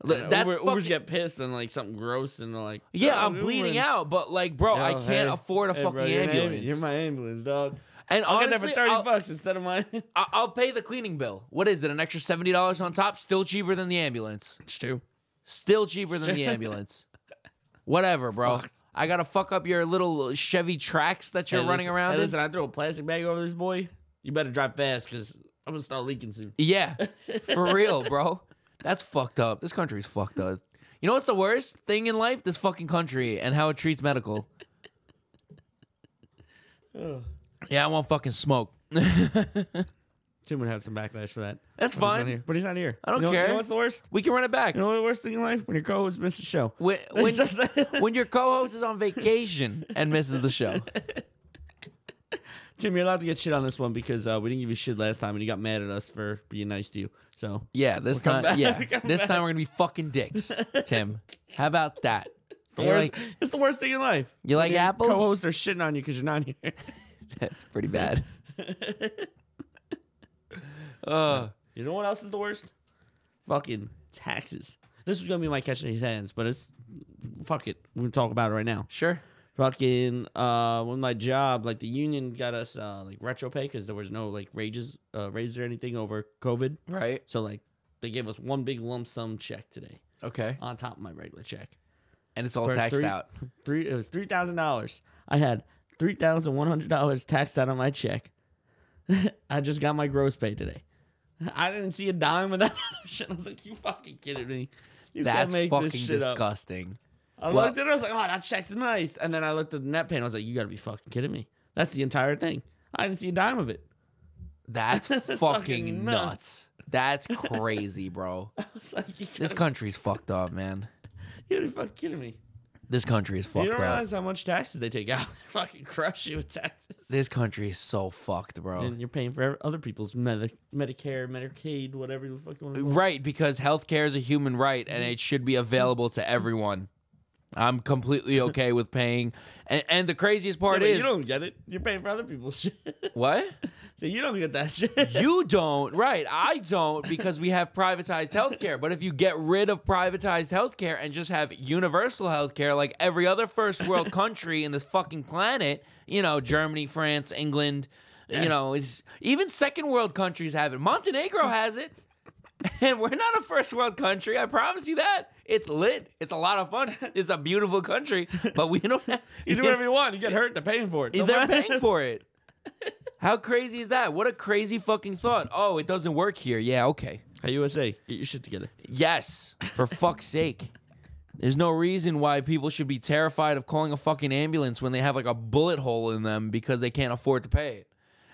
Speaker 3: Li-
Speaker 2: Yeah,
Speaker 3: That's
Speaker 2: Uber, Ubers
Speaker 3: fucking-
Speaker 2: get pissed and like something gross and they're like,
Speaker 3: Yeah,
Speaker 2: "Oh,
Speaker 3: I'm
Speaker 2: Uber."
Speaker 3: bleeding out, but like, bro, I
Speaker 2: Yo,
Speaker 3: can't
Speaker 2: hey,
Speaker 3: afford a
Speaker 2: hey, bro,
Speaker 3: fucking
Speaker 2: you're an ambu-
Speaker 3: ambulance.
Speaker 2: You're my ambulance, dog.
Speaker 3: and
Speaker 2: I'll
Speaker 3: honestly,
Speaker 2: get that for 30
Speaker 3: I'll-
Speaker 2: bucks instead of mine.
Speaker 3: I- I'll pay the cleaning bill. What is it? An extra seventy dollars on top? Still cheaper than the ambulance.
Speaker 2: It's true.
Speaker 3: Still cheaper than the ambulance.
Speaker 2: *laughs*
Speaker 3: Whatever, bro. I gotta fuck up your little Chevy tracks that you're
Speaker 2: Hey,
Speaker 3: running
Speaker 2: listen-
Speaker 3: around
Speaker 2: hey,
Speaker 3: in.
Speaker 2: listen, I throw a plastic bag over this boy. You better drive fast because I'm gonna start leaking soon.
Speaker 3: Yeah, for real,
Speaker 2: *laughs*
Speaker 3: bro. That's fucked up. This country's fucked up. You know what's the worst thing in life? This fucking country and how it treats
Speaker 2: *sighs*
Speaker 3: medical. Yeah, I won't fucking
Speaker 2: *laughs*
Speaker 3: smoke.
Speaker 2: Tim would have some backlash for that.
Speaker 3: That's
Speaker 2: But he's not
Speaker 3: fine.
Speaker 2: here. But he's not here.
Speaker 3: I don't
Speaker 2: You know- You
Speaker 3: care.
Speaker 2: know what's the worst?
Speaker 3: We can run it back.
Speaker 2: You know what the worst thing in life? When your co-host misses the show.
Speaker 3: when, when,
Speaker 2: *laughs* It's just-
Speaker 3: when your co-host is on vacation and misses the show.
Speaker 2: Tim, you're allowed to get shit on this one because uh, we didn't give you shit last time and you got mad at us for being nice to you. So
Speaker 3: Yeah, this
Speaker 2: We'll
Speaker 3: time.
Speaker 2: come back. *laughs*
Speaker 3: Yeah,
Speaker 2: We'll come
Speaker 3: this
Speaker 2: back.
Speaker 3: time we're gonna be fucking dicks, Tim. How about that?
Speaker 2: the
Speaker 3: You're
Speaker 2: worst-
Speaker 3: like,
Speaker 2: it's the worst thing in life.
Speaker 3: You like
Speaker 2: Your
Speaker 3: apples?
Speaker 2: Co-hosts are shitting on you because you're not here. *laughs*
Speaker 3: that's pretty bad. Uh,
Speaker 2: You know what else is the worst? Fucking taxes. This was gonna be my catch in his hands, but it's fuck it. We're gonna talk about it right now.
Speaker 3: sure.
Speaker 2: Fucking uh, when my job, like the union, got us uh like retro pay because there was no like raises, uh, raises or anything over COVID.
Speaker 3: Right.
Speaker 2: So like they gave us one big lump sum check today
Speaker 3: Okay.
Speaker 2: on top of my regular check.
Speaker 3: And it's all
Speaker 2: For
Speaker 3: taxed
Speaker 2: three-
Speaker 3: out.
Speaker 2: Three it was three thousand dollars. I had three thousand one hundred dollars taxed out on my check. *laughs* I just got my gross pay today. I didn't see a dime of that *laughs* other shit. I was like, you fucking kidding me. You can't
Speaker 3: That's
Speaker 2: make
Speaker 3: fucking
Speaker 2: this shit up. *laughs*
Speaker 3: disgusting.
Speaker 2: I
Speaker 3: Well-
Speaker 2: looked at it, I was like, oh, that check's nice. And then I looked at the net pay and I was like, you gotta be fucking kidding me. That's the entire thing. I didn't see a dime of it. *laughs*
Speaker 3: That's
Speaker 2: That's
Speaker 3: fucking,
Speaker 2: fucking nuts.
Speaker 3: nuts. That's crazy, bro.
Speaker 2: I was like, you
Speaker 3: This
Speaker 2: gotta,
Speaker 3: country's fucked up, man.
Speaker 2: you gotta be fucking kidding me.
Speaker 3: This country is fucked
Speaker 2: you don't
Speaker 3: up.
Speaker 2: realize how much taxes they take out. *laughs* they fucking crush you with taxes.
Speaker 3: This country is so fucked, bro.
Speaker 2: And you're paying for other people's Medi- Medicare, Medicaid, whatever the fuck you want to
Speaker 3: Right, because healthcare is a human right and it should be available to everyone. I'm completely okay with paying. And, and the craziest part
Speaker 2: Yeah, but
Speaker 3: is
Speaker 2: you don't get it. You're paying for other people's *laughs* shit.
Speaker 3: what?
Speaker 2: so you don't get that shit.
Speaker 3: *laughs* You don't, right? I don't because we have privatized healthcare. But if you get rid of privatized healthcare and just have universal healthcare like every other first world country in this fucking planet, you know, Germany, France, England, you know, it's, even second world countries have it. Montenegro has it. And we're not a first world country. I promise you that. It's lit. It's a lot of fun. It's a beautiful country, but we don't have.
Speaker 2: you do whatever you want. You get hurt. They're paying for it. Don't
Speaker 3: They're
Speaker 2: matter. *laughs*
Speaker 3: paying for it. How crazy is that? What a crazy fucking thought. Oh, it doesn't work here. Yeah, okay.
Speaker 2: Hey USA, get your
Speaker 3: *laughs*
Speaker 2: shit together.
Speaker 3: Yes, for fuck's sake. There's no reason why people should be terrified of calling a fucking ambulance when they have like a bullet hole in them because they can't afford to pay it.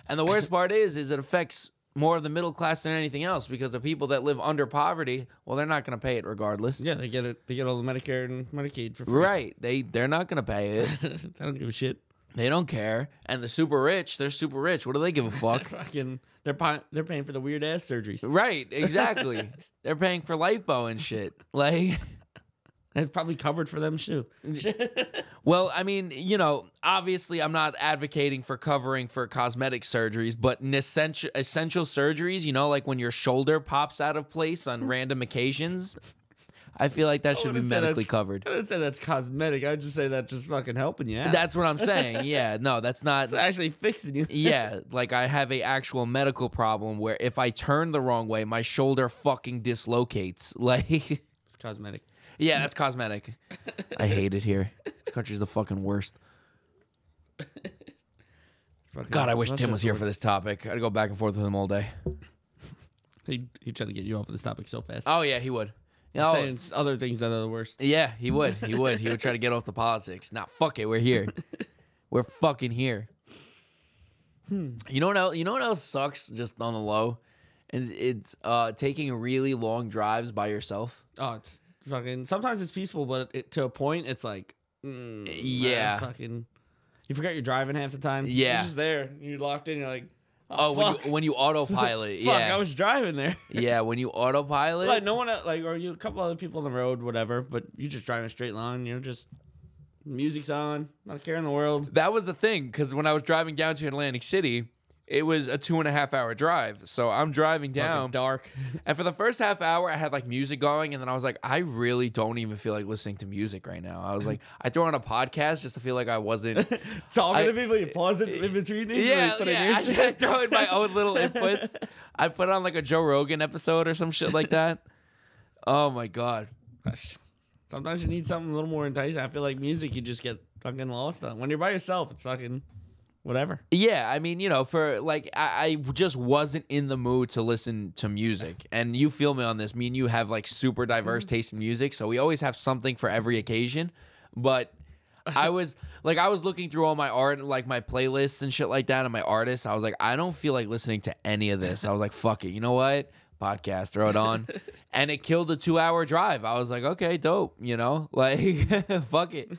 Speaker 3: And the worst part is, is it affects more of the middle class than anything else because the people that live under poverty, well, they're not going to pay it regardless.
Speaker 2: Yeah, they get it. They get all the Medicare and Medicaid for free. *laughs*
Speaker 3: Right? They they're not going to pay it.
Speaker 2: I don't give a shit.
Speaker 3: They don't care. And the super rich, they're super rich. What do they give a fuck?
Speaker 2: *laughs* Fucking, they're pi- they're paying for the weird ass surgeries.
Speaker 3: Right,
Speaker 2: *laughs*
Speaker 3: exactly. They're paying for lipo and shit. Like,
Speaker 2: That's probably covered for them
Speaker 3: *laughs*
Speaker 2: too.
Speaker 3: well, I mean, you know, obviously I'm not advocating for covering for cosmetic surgeries, but an essential essential surgeries, you know, like when your shoulder pops out of place on random occasions, I feel like that should be
Speaker 2: wouldn't say that's-
Speaker 3: medically covered.
Speaker 2: *laughs* I don't say that's cosmetic. I would just say that's just fucking helping you out.
Speaker 3: That's what I'm
Speaker 2: *laughs*
Speaker 3: saying. Yeah, no, that's not
Speaker 2: It's actually fixing you.
Speaker 3: yeah, like I have a actual medical problem where if I turn the wrong way, my shoulder fucking dislocates. *laughs* Like
Speaker 2: *laughs* It's cosmetic.
Speaker 3: Yeah, that's cosmetic. I hate it here. This country's the fucking worst.
Speaker 2: Fucking-
Speaker 3: God, I wish
Speaker 2: that's
Speaker 3: Tim
Speaker 2: just
Speaker 3: was here
Speaker 2: the
Speaker 3: for this topic. I'd go back and forth with him all day.
Speaker 2: worst. He he tried to get you off of this topic so fast.
Speaker 3: Oh yeah, he would.
Speaker 2: I'm
Speaker 3: Oh,
Speaker 2: saying s- other things that are the worst.
Speaker 3: yeah, he would. He would. He would try to get off the politics. Nah, fuck it. We're
Speaker 2: *laughs*
Speaker 3: here. We're fucking here.
Speaker 2: Hmm.
Speaker 3: You know what else? You know what else sucks? Just on the low, and it's uh, taking really long drives by yourself.
Speaker 2: Oh, it's fucking. Sometimes it's peaceful, but it, to a point, it's like, mm,
Speaker 3: Eh, Yeah.
Speaker 2: fucking. You forgot you're driving half the time.
Speaker 3: Yeah.
Speaker 2: you're just there. You're locked in. You're like,
Speaker 3: Oh, when
Speaker 2: *laughs* fuck.
Speaker 3: you, when you autopilot,
Speaker 2: Fuck,
Speaker 3: yeah,
Speaker 2: I was driving there.
Speaker 3: yeah, when you autopilot,
Speaker 2: *laughs* like no one el- like or you a couple other people on the road, whatever. But you just driving a straight line. You're just music's on, not a care in the world.
Speaker 3: that was the thing because when I was driving down to Atlantic City, it was a two and a half hour drive. So I'm driving
Speaker 2: Fucking
Speaker 3: down,
Speaker 2: dark. *laughs*
Speaker 3: and for the first half hour, I had like music going, and then I was like, I really don't even feel like listening to music right now. I was like, I throw on a podcast just to feel like I wasn't.
Speaker 2: Talking
Speaker 3: I- eh,
Speaker 2: to people, you pause it in between *laughs* these.
Speaker 3: Yeah,
Speaker 2: like,
Speaker 3: yeah. I, I throw in my own
Speaker 2: *laughs*
Speaker 3: little inputs. I put on like a Joe Rogan episode or some shit like that. Oh my god.
Speaker 2: Sometimes you need something a little more enticing. I feel like music, you just get fucking lost on. When you're by yourself, it's fucking whatever.
Speaker 3: Yeah, I mean, you know, for like, I, I just wasn't in the mood to listen to music. And you feel me on this. Me and you have like super diverse taste in music. So we always have something for every occasion. But I was like, I was looking through all my art, like my playlists and shit like that, and my artists. I was like, I don't feel like listening to any of this. I was like, fuck it. You know what? Podcast, throw it on. and it killed a two hour drive. I was like, okay, dope. You know, *laughs* like, fuck it.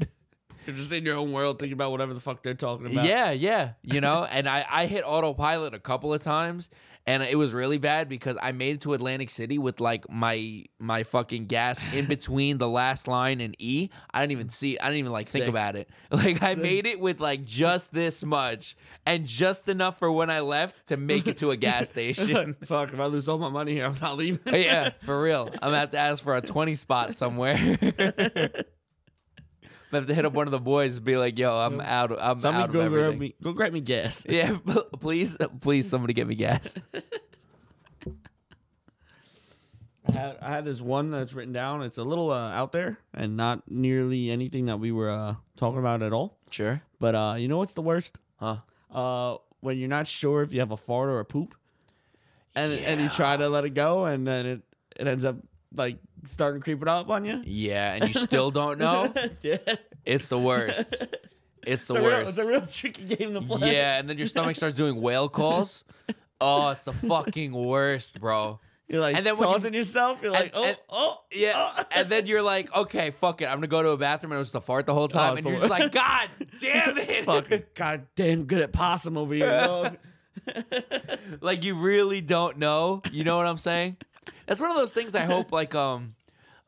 Speaker 2: You're just in your own world, thinking about whatever the fuck they're talking about. *laughs*
Speaker 3: Yeah, yeah. You know, *laughs* and I, I hit autopilot a couple of times and it was really bad because I made it to Atlantic City with like my my fucking
Speaker 2: *laughs*
Speaker 3: gas in between the last line and E. I didn't even see I didn't even like think
Speaker 2: Sick.
Speaker 3: about it. *laughs* Like I made it with like just this much and just enough for when I left to make it to a
Speaker 2: *laughs*
Speaker 3: gas station. *laughs*
Speaker 2: fuck, if I lose all my money here, I'm not leaving.
Speaker 3: yeah,
Speaker 2: *laughs*
Speaker 3: for real. I'm gonna have to ask for a 20 spot somewhere. *laughs* I'm gonna have to hit up one of the boys and be like, yo, I'm out I'm out
Speaker 2: Somebody
Speaker 3: of
Speaker 2: go
Speaker 3: everything.
Speaker 2: grab me, go grab me gas.
Speaker 3: *laughs* Yeah, pl- please, please, somebody get me gas.
Speaker 2: I had, I had this one that's written down. It's a little uh, out there and not nearly anything that we were uh, talking about at all.
Speaker 3: *laughs* Sure.
Speaker 2: But uh, you know what's the worst?
Speaker 3: Huh.
Speaker 2: Uh, when you're not sure if you have a fart or a poop, and and you
Speaker 3: Yeah.
Speaker 2: try to let it go, and then it it ends up like starting creeping up on you.
Speaker 3: Yeah, and you still don't know.
Speaker 2: *laughs* yeah, it's,
Speaker 3: It's the worst. It's the
Speaker 2: a real, it's
Speaker 3: worst.
Speaker 2: a real *laughs* tricky game to play.
Speaker 3: Yeah, and then your stomach starts doing whale calls. Oh, it's the fucking worst, bro.
Speaker 2: you're like
Speaker 3: And then when you-
Speaker 2: taunting yourself. You're like, oh,
Speaker 3: and-
Speaker 2: oh,
Speaker 3: Yeah,
Speaker 2: oh.
Speaker 3: and then you're like, okay, fuck it, I'm gonna go to a bathroom, and it was the fart the whole time,
Speaker 2: Oh, it's
Speaker 3: and you're
Speaker 2: the
Speaker 3: just
Speaker 2: worst.
Speaker 3: like, God
Speaker 2: *laughs*
Speaker 3: damn it!
Speaker 2: *laughs* fucking goddamn good at possum over
Speaker 3: *laughs*
Speaker 2: here. dog.
Speaker 3: like you really don't know. You know what I'm saying? That's one of those things I hope like um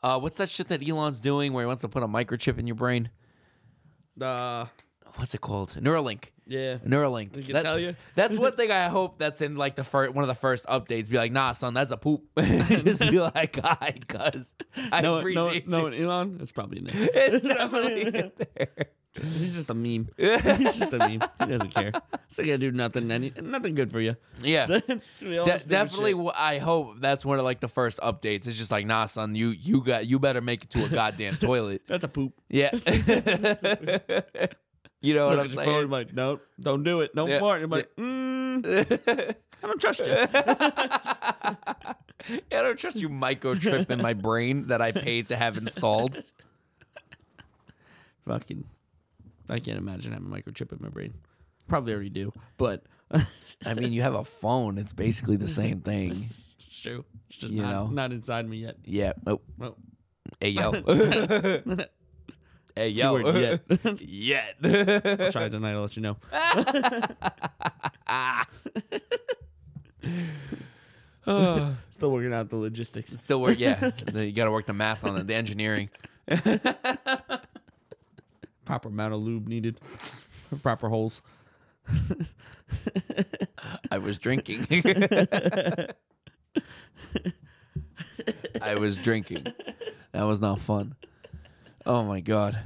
Speaker 3: uh what's that shit that Elon's doing where he wants to put a microchip in your brain?
Speaker 2: uh,
Speaker 3: What's it called? Neuralink.
Speaker 2: yeah.
Speaker 3: Neuralink.
Speaker 2: They can tell you.
Speaker 3: *laughs* That's one thing I hope that's in like the first one of the first updates. Be like, nah, son, that's a
Speaker 2: *laughs*
Speaker 3: poop. *laughs* Just be like, hi, cuz. I
Speaker 2: No, no,
Speaker 3: appreciate *laughs*
Speaker 2: no,
Speaker 3: you.
Speaker 2: Elon, it's probably in there.
Speaker 3: *laughs*
Speaker 2: *laughs*
Speaker 3: It's definitely in there. *laughs*
Speaker 2: He's just a meme. *laughs* He's just a meme. He doesn't care. It's not gonna do nothing. Any, nothing good for *laughs* you.
Speaker 3: Yeah.
Speaker 2: De-
Speaker 3: De- definitely, w- I hope that's one of like the first updates. It's just like, nah, son, you you got you better make it
Speaker 2: *laughs*
Speaker 3: to a goddamn toilet.
Speaker 2: That's a poop.
Speaker 3: Yeah, *laughs* you know what I'm
Speaker 2: Look at your phone,
Speaker 3: saying.
Speaker 2: like, nope, don't do it. Don't
Speaker 3: Yeah.
Speaker 2: fart. You're like, mm,
Speaker 3: *laughs*
Speaker 2: *laughs* I don't trust you.
Speaker 3: I don't trust you microchip in my brain that I paid to have installed.
Speaker 2: Fucking, I can't imagine having a microchip in my brain. Probably already do, but *laughs*
Speaker 3: I mean, you have a phone; it's basically the same thing.
Speaker 2: it's true. It's just
Speaker 3: You
Speaker 2: not,
Speaker 3: know.
Speaker 2: not inside me yet.
Speaker 3: Yeah. Oh,
Speaker 2: *laughs* Well,
Speaker 3: hey yo. *laughs* hey yo.
Speaker 2: keyword yet.
Speaker 3: *laughs* Yet. *laughs*
Speaker 2: I'll try it tonight. I'll let you know.
Speaker 3: Ah,
Speaker 2: Still working out the logistics.
Speaker 3: Still work. Yeah, you got to work the math on it, the engineering.
Speaker 2: Proper amount of lube needed. *laughs* Proper holes.
Speaker 3: I was drinking. *laughs* I was drinking. That was not fun. Oh my god.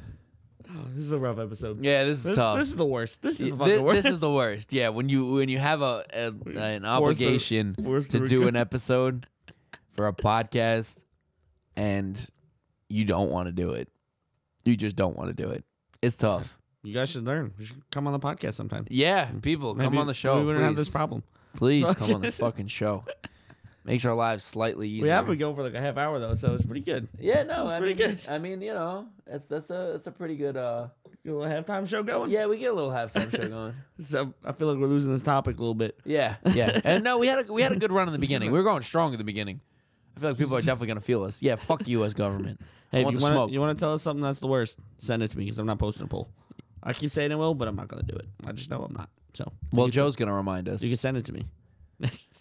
Speaker 2: Oh, This is a rough episode.
Speaker 3: Yeah, this is
Speaker 2: This,
Speaker 3: tough.
Speaker 2: this is the worst. This is the
Speaker 3: Thi-
Speaker 2: fucking worst.
Speaker 3: this is the worst. Yeah, when you when you have a, a an
Speaker 2: to-
Speaker 3: obligation to,
Speaker 2: forced to
Speaker 3: do
Speaker 2: reco-
Speaker 3: an episode for a podcast, and you don't want to do it, you just don't want to do it. It's tough.
Speaker 2: you guys should learn. You should come on the podcast sometime.
Speaker 3: Yeah, people, come
Speaker 2: Maybe
Speaker 3: on the show.
Speaker 2: We wouldn't have
Speaker 3: please.
Speaker 2: this problem.
Speaker 3: Please come
Speaker 2: *laughs*
Speaker 3: on the fucking show. Makes our lives slightly easier.
Speaker 2: We have been going for like a half hour though, so it's pretty good.
Speaker 3: yeah, no, I mean,
Speaker 2: pretty good.
Speaker 3: I mean, you know, that's that's a that's a pretty good. uh
Speaker 2: You want a halftime show going?
Speaker 3: Yeah, we get a little halftime *laughs* show going.
Speaker 2: So I feel like we're losing this topic a little bit.
Speaker 3: Yeah, *laughs* yeah. And no, we had a we had a good run in the beginning. We were going strong in the beginning. I feel like people are definitely gonna feel us. Yeah, fuck the U.S. government.
Speaker 2: Hey,
Speaker 3: I
Speaker 2: if
Speaker 3: want
Speaker 2: you
Speaker 3: the
Speaker 2: wanna-
Speaker 3: smoke.
Speaker 2: you want to tell us something that's the worst? Send it to me because I'm not posting a poll. I keep saying I will, but I'm not gonna do it. I just know I'm not. So you
Speaker 3: Well,
Speaker 2: can-
Speaker 3: Joe's gonna remind us.
Speaker 2: you can send it to
Speaker 3: *laughs*
Speaker 2: me.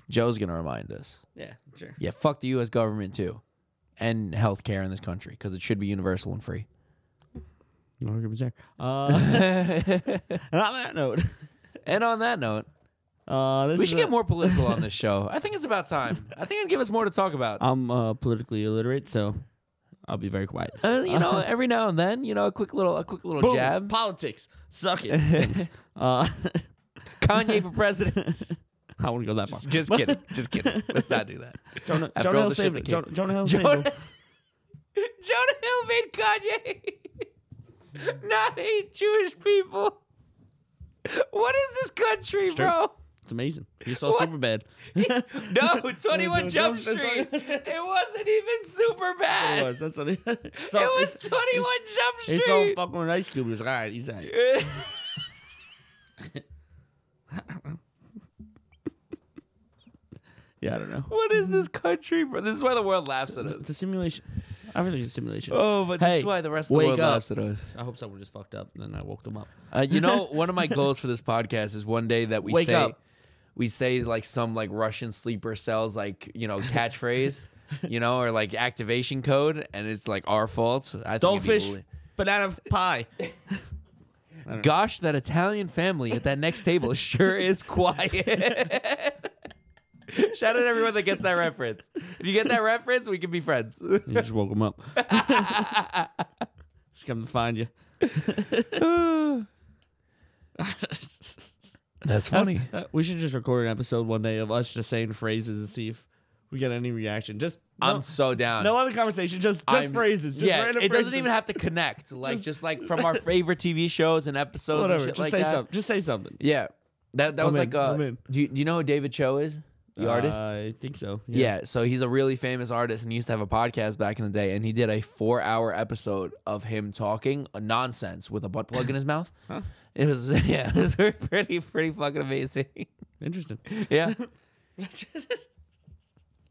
Speaker 3: Joe's gonna remind us.
Speaker 2: yeah, sure.
Speaker 3: Yeah, fuck the U.S. government too, and healthcare in this country because it should be universal and *laughs* free.
Speaker 2: No arguments there. Uh, *laughs*
Speaker 3: and
Speaker 2: and on that note,
Speaker 3: on that note,
Speaker 2: uh, this
Speaker 3: we
Speaker 2: is
Speaker 3: should
Speaker 2: a-
Speaker 3: get more political on this show. I think it's about time. I think it'd give us more to talk about.
Speaker 2: I'm uh, politically illiterate, so I'll be very
Speaker 3: *laughs*
Speaker 2: quiet.
Speaker 3: Uh, you know, every now and then, you know, a quick little, a quick little
Speaker 2: Boom.
Speaker 3: jab.
Speaker 2: Politics. Suck it. Thanks. uh, *laughs*
Speaker 3: Kanye for president.
Speaker 2: I wouldn't go that far.
Speaker 3: *laughs* Just kidding. Just kidding. Let's not do that.
Speaker 2: *laughs* Jonah,
Speaker 3: After
Speaker 2: Jonah
Speaker 3: all
Speaker 2: Hill
Speaker 3: the shit
Speaker 2: saved
Speaker 3: that
Speaker 2: it.
Speaker 3: came-
Speaker 2: Jonah, Jonah Hill saved
Speaker 3: Jonah,
Speaker 2: it.
Speaker 3: *laughs* Jonah Hill made Kanye *laughs* not hate Jewish people. What is this country, *laughs*
Speaker 2: true.
Speaker 3: bro?
Speaker 2: It's amazing. You *laughs* saw
Speaker 3: What?
Speaker 2: Superbad.
Speaker 3: No, 21 Jump
Speaker 2: That's what-
Speaker 3: Street. It wasn't even super bad.
Speaker 2: It was. That's what he, *laughs* so
Speaker 3: It was
Speaker 2: he's-
Speaker 3: 21 Jump
Speaker 2: He saw him
Speaker 3: Street.
Speaker 2: fucking with Ice Cube. He was like, all right, he's all right. Yeah, I don't know.
Speaker 3: *laughs* what is this country, bro? This is why the world laughs at
Speaker 2: It's
Speaker 3: us.
Speaker 2: a simulation. Everything's a simulation.
Speaker 3: Oh, but this
Speaker 2: Hey,
Speaker 3: is why the rest of the
Speaker 2: wake
Speaker 3: world
Speaker 2: up.
Speaker 3: laughs at us.
Speaker 2: I hope someone just fucked up and then I woke them up.
Speaker 3: Uh, you know, one of my goals for this podcast is one day that we
Speaker 2: Wake
Speaker 3: say
Speaker 2: up.
Speaker 3: we say like some like Russian sleeper cells like you know catchphrase, you know, or like activation code, and it's like our fault. I think it'd be
Speaker 2: Goldfish,
Speaker 3: li-
Speaker 2: banana *laughs* pie.
Speaker 3: Gosh, that Italian family at that next table sure is quiet. *laughs* Shout out everyone that gets that reference. If you get that reference, we can be friends.
Speaker 2: You just woke him *laughs* up. just come to find you. *laughs*
Speaker 3: That's
Speaker 2: That's- that- we should just record an episode one day of us just saying phrases and see if we get any reaction. Just no,
Speaker 3: I'm so down.
Speaker 2: no other conversation. Just just
Speaker 3: I'm-
Speaker 2: phrases. Just
Speaker 3: yeah,
Speaker 2: random
Speaker 3: it
Speaker 2: phrases.
Speaker 3: doesn't even have to connect. Like just,
Speaker 2: *laughs*
Speaker 3: like from our favorite TV shows and episodes.
Speaker 2: whatever.
Speaker 3: and shit
Speaker 2: Just
Speaker 3: like
Speaker 2: say
Speaker 3: that.
Speaker 2: something. Just say something.
Speaker 3: Yeah, that that was
Speaker 2: I'm
Speaker 3: like
Speaker 2: in,
Speaker 3: uh,
Speaker 2: I'm in. Uh,
Speaker 3: do you, do you know who David Cho is? The artist.
Speaker 2: I think so.
Speaker 3: Yeah, so he's a really famous artist and he used to have a podcast back in the day and he did a 4-hour episode of him talking uh, nonsense with a butt plug in his
Speaker 2: *laughs*
Speaker 3: mouth. It was *laughs* yeah, it was pretty pretty fucking amazing. *laughs*
Speaker 2: Interesting. *laughs*
Speaker 3: yeah.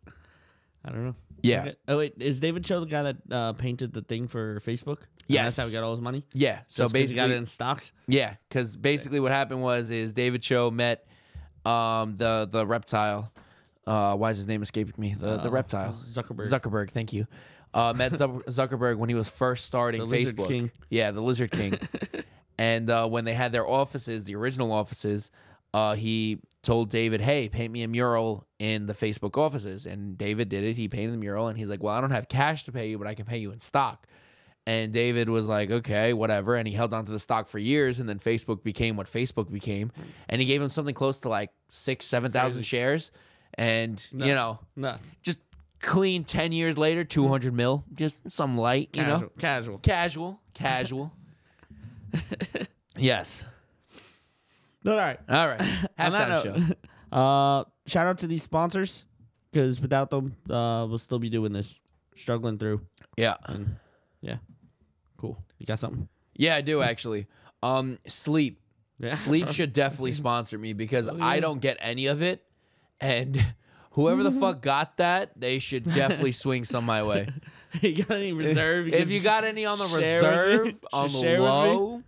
Speaker 2: I don't know.
Speaker 3: Yeah.
Speaker 2: Okay. Oh wait, is David Cho the guy that uh, painted the thing for Facebook? Yeah,
Speaker 3: Yes.
Speaker 2: That's how he got all his money.
Speaker 3: Yeah. So
Speaker 2: Just 'cause he got it
Speaker 3: basically
Speaker 2: in stocks.
Speaker 3: yeah, cuz basically what happened was is David Cho met um the the reptile uh why is his name escaping me? The the
Speaker 2: Uh,
Speaker 3: reptile.
Speaker 2: Zuckerberg.
Speaker 3: Zuckerberg, thank you. Uh, met Zuck-
Speaker 2: *laughs*
Speaker 3: Zuckerberg when he was first starting
Speaker 2: The Lizard
Speaker 3: Facebook.
Speaker 2: King.
Speaker 3: Yeah, the Lizard
Speaker 2: *laughs*
Speaker 3: King. and uh, when they had their offices, the original offices, uh, he told David, "Hey, paint me a mural in the Facebook offices." And David did it. He painted the mural, and he's like, "Well, I don't have cash to pay you, but I can pay you in stock." And David was like, okay, whatever. And he held on to the stock for years. And then Facebook became what Facebook became. And he gave him something close to like six, 7,000 shares. And,
Speaker 2: Nuts.
Speaker 3: you know,
Speaker 2: nuts.
Speaker 3: just clean 10 years later 200 mil just some light you
Speaker 2: Casual,
Speaker 3: know
Speaker 2: casual.
Speaker 3: casual casual yes
Speaker 2: No, all right.
Speaker 3: *laughs* all *laughs* right
Speaker 2: On that
Speaker 3: halftime show
Speaker 2: note, *laughs* Uh, shout out to these sponsors because without them, uh, we'll still be doing this, struggling through.
Speaker 3: *laughs* yeah
Speaker 2: And yeah, cool. You got something?
Speaker 3: yeah i do actually um sleep
Speaker 2: Yeah.
Speaker 3: sleep should *laughs* definitely sponsor me because i don't get any of it and *laughs* whoever the *laughs* fuck got that they should definitely swing some my *laughs* way
Speaker 2: *laughs* you got *laughs* any reserve?
Speaker 3: if you got any on the
Speaker 2: share with me.
Speaker 3: reserve
Speaker 2: *laughs*
Speaker 3: on the
Speaker 2: Share with me.
Speaker 3: low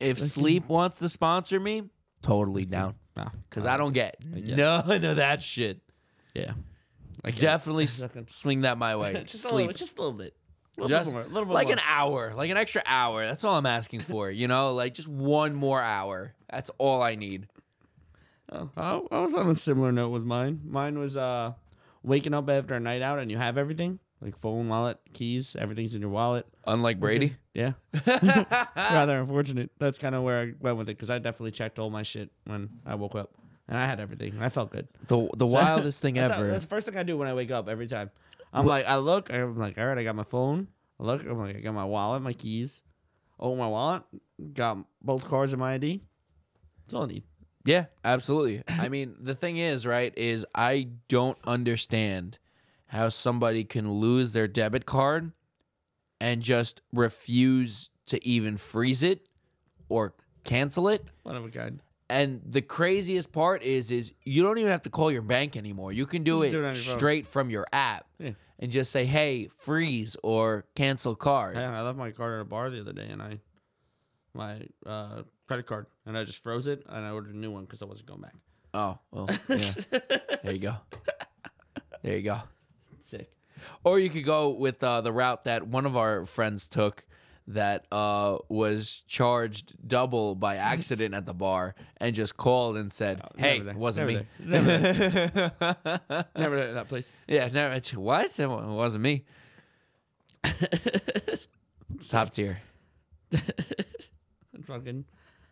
Speaker 3: if sleep wants to sponsor me totally down
Speaker 2: Nah,
Speaker 3: Cause I don't get
Speaker 2: get it.
Speaker 3: none of that shit.
Speaker 2: yeah.
Speaker 3: Definitely s-
Speaker 2: Fucking-
Speaker 3: swing that
Speaker 2: *laughs*
Speaker 3: my way.
Speaker 2: just a
Speaker 3: Sleep.
Speaker 2: little, just a little bit, a little
Speaker 3: Just
Speaker 2: bit more, a little bit
Speaker 3: like
Speaker 2: more.
Speaker 3: an hour, like an extra hour. That's all I'm asking for. You know, like just one more hour. That's all I need.
Speaker 2: Oh, I, I was on a similar note with mine. Mine was uh, waking up after a night out and you have everything, like phone, wallet, keys, everything's in your wallet.
Speaker 3: Unlike
Speaker 2: *laughs*
Speaker 3: Brady.
Speaker 2: Yeah, rather unfortunate. That's kind of where I went with it because I definitely checked all my shit when I woke up and I had everything. I felt good.
Speaker 3: The the wildest thing
Speaker 2: That's, how-
Speaker 3: ever.
Speaker 2: that's the first thing I do when I wake up every time. I'm like, I look, I'm like, all right, I got my phone. I look, I'm like, I got my wallet, my keys. Oh, my wallet. Got both cards and my ID. That's all I need.
Speaker 3: Yeah, absolutely. I mean, the thing is, right, is I don't understand how somebody can lose their debit card and just refuse to even freeze it or cancel it.
Speaker 2: One of a kind.
Speaker 3: And the craziest part is, is you don't even have to call your bank anymore. You can do
Speaker 2: Just
Speaker 3: it,
Speaker 2: do it on your phone.
Speaker 3: straight from your app
Speaker 2: Yeah.
Speaker 3: and just say, "Hey, freeze" or "cancel card."
Speaker 2: I, I left my card at a bar the other day, and I my uh, credit card and I just froze it and I ordered a new one because I wasn't going back.
Speaker 3: Oh,
Speaker 2: *laughs*
Speaker 3: well, yeah. there you go. There you go.
Speaker 2: Sick.
Speaker 3: Or you could go with uh, the route that one of our friends took that uh, was charged double
Speaker 2: *laughs*
Speaker 3: by accident at the bar and just called and said, hey,
Speaker 2: Oh, never
Speaker 3: it
Speaker 2: there,
Speaker 3: wasn't
Speaker 2: never
Speaker 3: me. *laughs*
Speaker 2: *laughs* Never heard of that place.
Speaker 3: yeah, never. What? It wa- it wasn't
Speaker 2: *laughs*
Speaker 3: me. Top tier.
Speaker 2: Fucking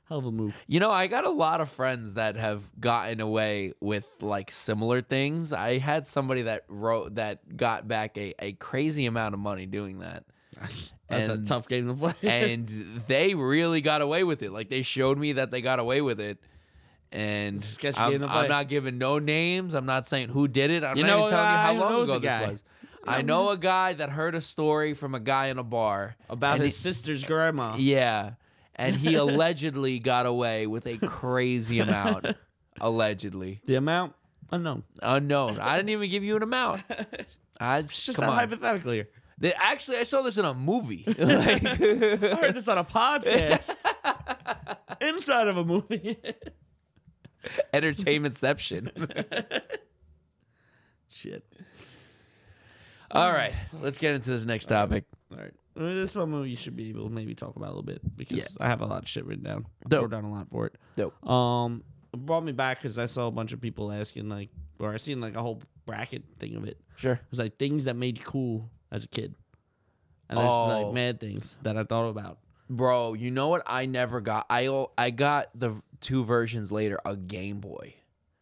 Speaker 2: hell of a move.
Speaker 3: You know, I got a lot of friends that have gotten away with like similar things. I had somebody that wrote that got back a, a crazy amount of money doing
Speaker 2: *laughs*
Speaker 3: that.
Speaker 2: That's
Speaker 3: And-
Speaker 2: a tough game to play.
Speaker 3: and they really got away with it. Like they showed me that they got away with it. And
Speaker 2: It's a sketchy
Speaker 3: I'm,
Speaker 2: game to
Speaker 3: I'm
Speaker 2: play.
Speaker 3: not giving no names. I'm not saying who did it. I'm
Speaker 2: You
Speaker 3: not
Speaker 2: know
Speaker 3: even
Speaker 2: a
Speaker 3: telling
Speaker 2: guy
Speaker 3: you
Speaker 2: who
Speaker 3: how long
Speaker 2: knows a
Speaker 3: ago this
Speaker 2: guy.
Speaker 3: was. I know a guy that heard a story from a guy in a bar.
Speaker 2: *laughs* About
Speaker 3: and
Speaker 2: his sister's grandma.
Speaker 3: he- yeah. And
Speaker 2: *laughs*
Speaker 3: he allegedly got away with a crazy amount.
Speaker 2: *laughs*
Speaker 3: allegedly.
Speaker 2: The amount unknown.
Speaker 3: Unknown. I didn't even give you an
Speaker 2: *laughs*
Speaker 3: amount. I
Speaker 2: It's just
Speaker 3: come
Speaker 2: a
Speaker 3: on.
Speaker 2: hypothetical here.
Speaker 3: They- Actually, I saw this in a
Speaker 2: *laughs*
Speaker 3: movie.
Speaker 2: I
Speaker 3: Like-
Speaker 2: heard this on
Speaker 3: *laughs*
Speaker 2: a podcast inside of a movie. *laughs* *laughs*
Speaker 3: entertainmentception.
Speaker 2: Shit.
Speaker 3: All right, let's get into this next topic.
Speaker 2: All right. I mean, this one movie you should be able to maybe talk about a little bit because
Speaker 3: Yeah.
Speaker 2: I have a lot of shit written down. I
Speaker 3: Dope.
Speaker 2: wrote down a lot for it.
Speaker 3: Dope.
Speaker 2: Um, it brought me back because I saw a bunch of people asking like, or I seen like a whole bracket thing of it. It
Speaker 3: Sure.
Speaker 2: was like things that made you cool as a kid, and there's
Speaker 3: Oh.
Speaker 2: like mad things that I thought about.
Speaker 3: Bro, you know what I never got? I o- I got the v- two versions later a Game Boy.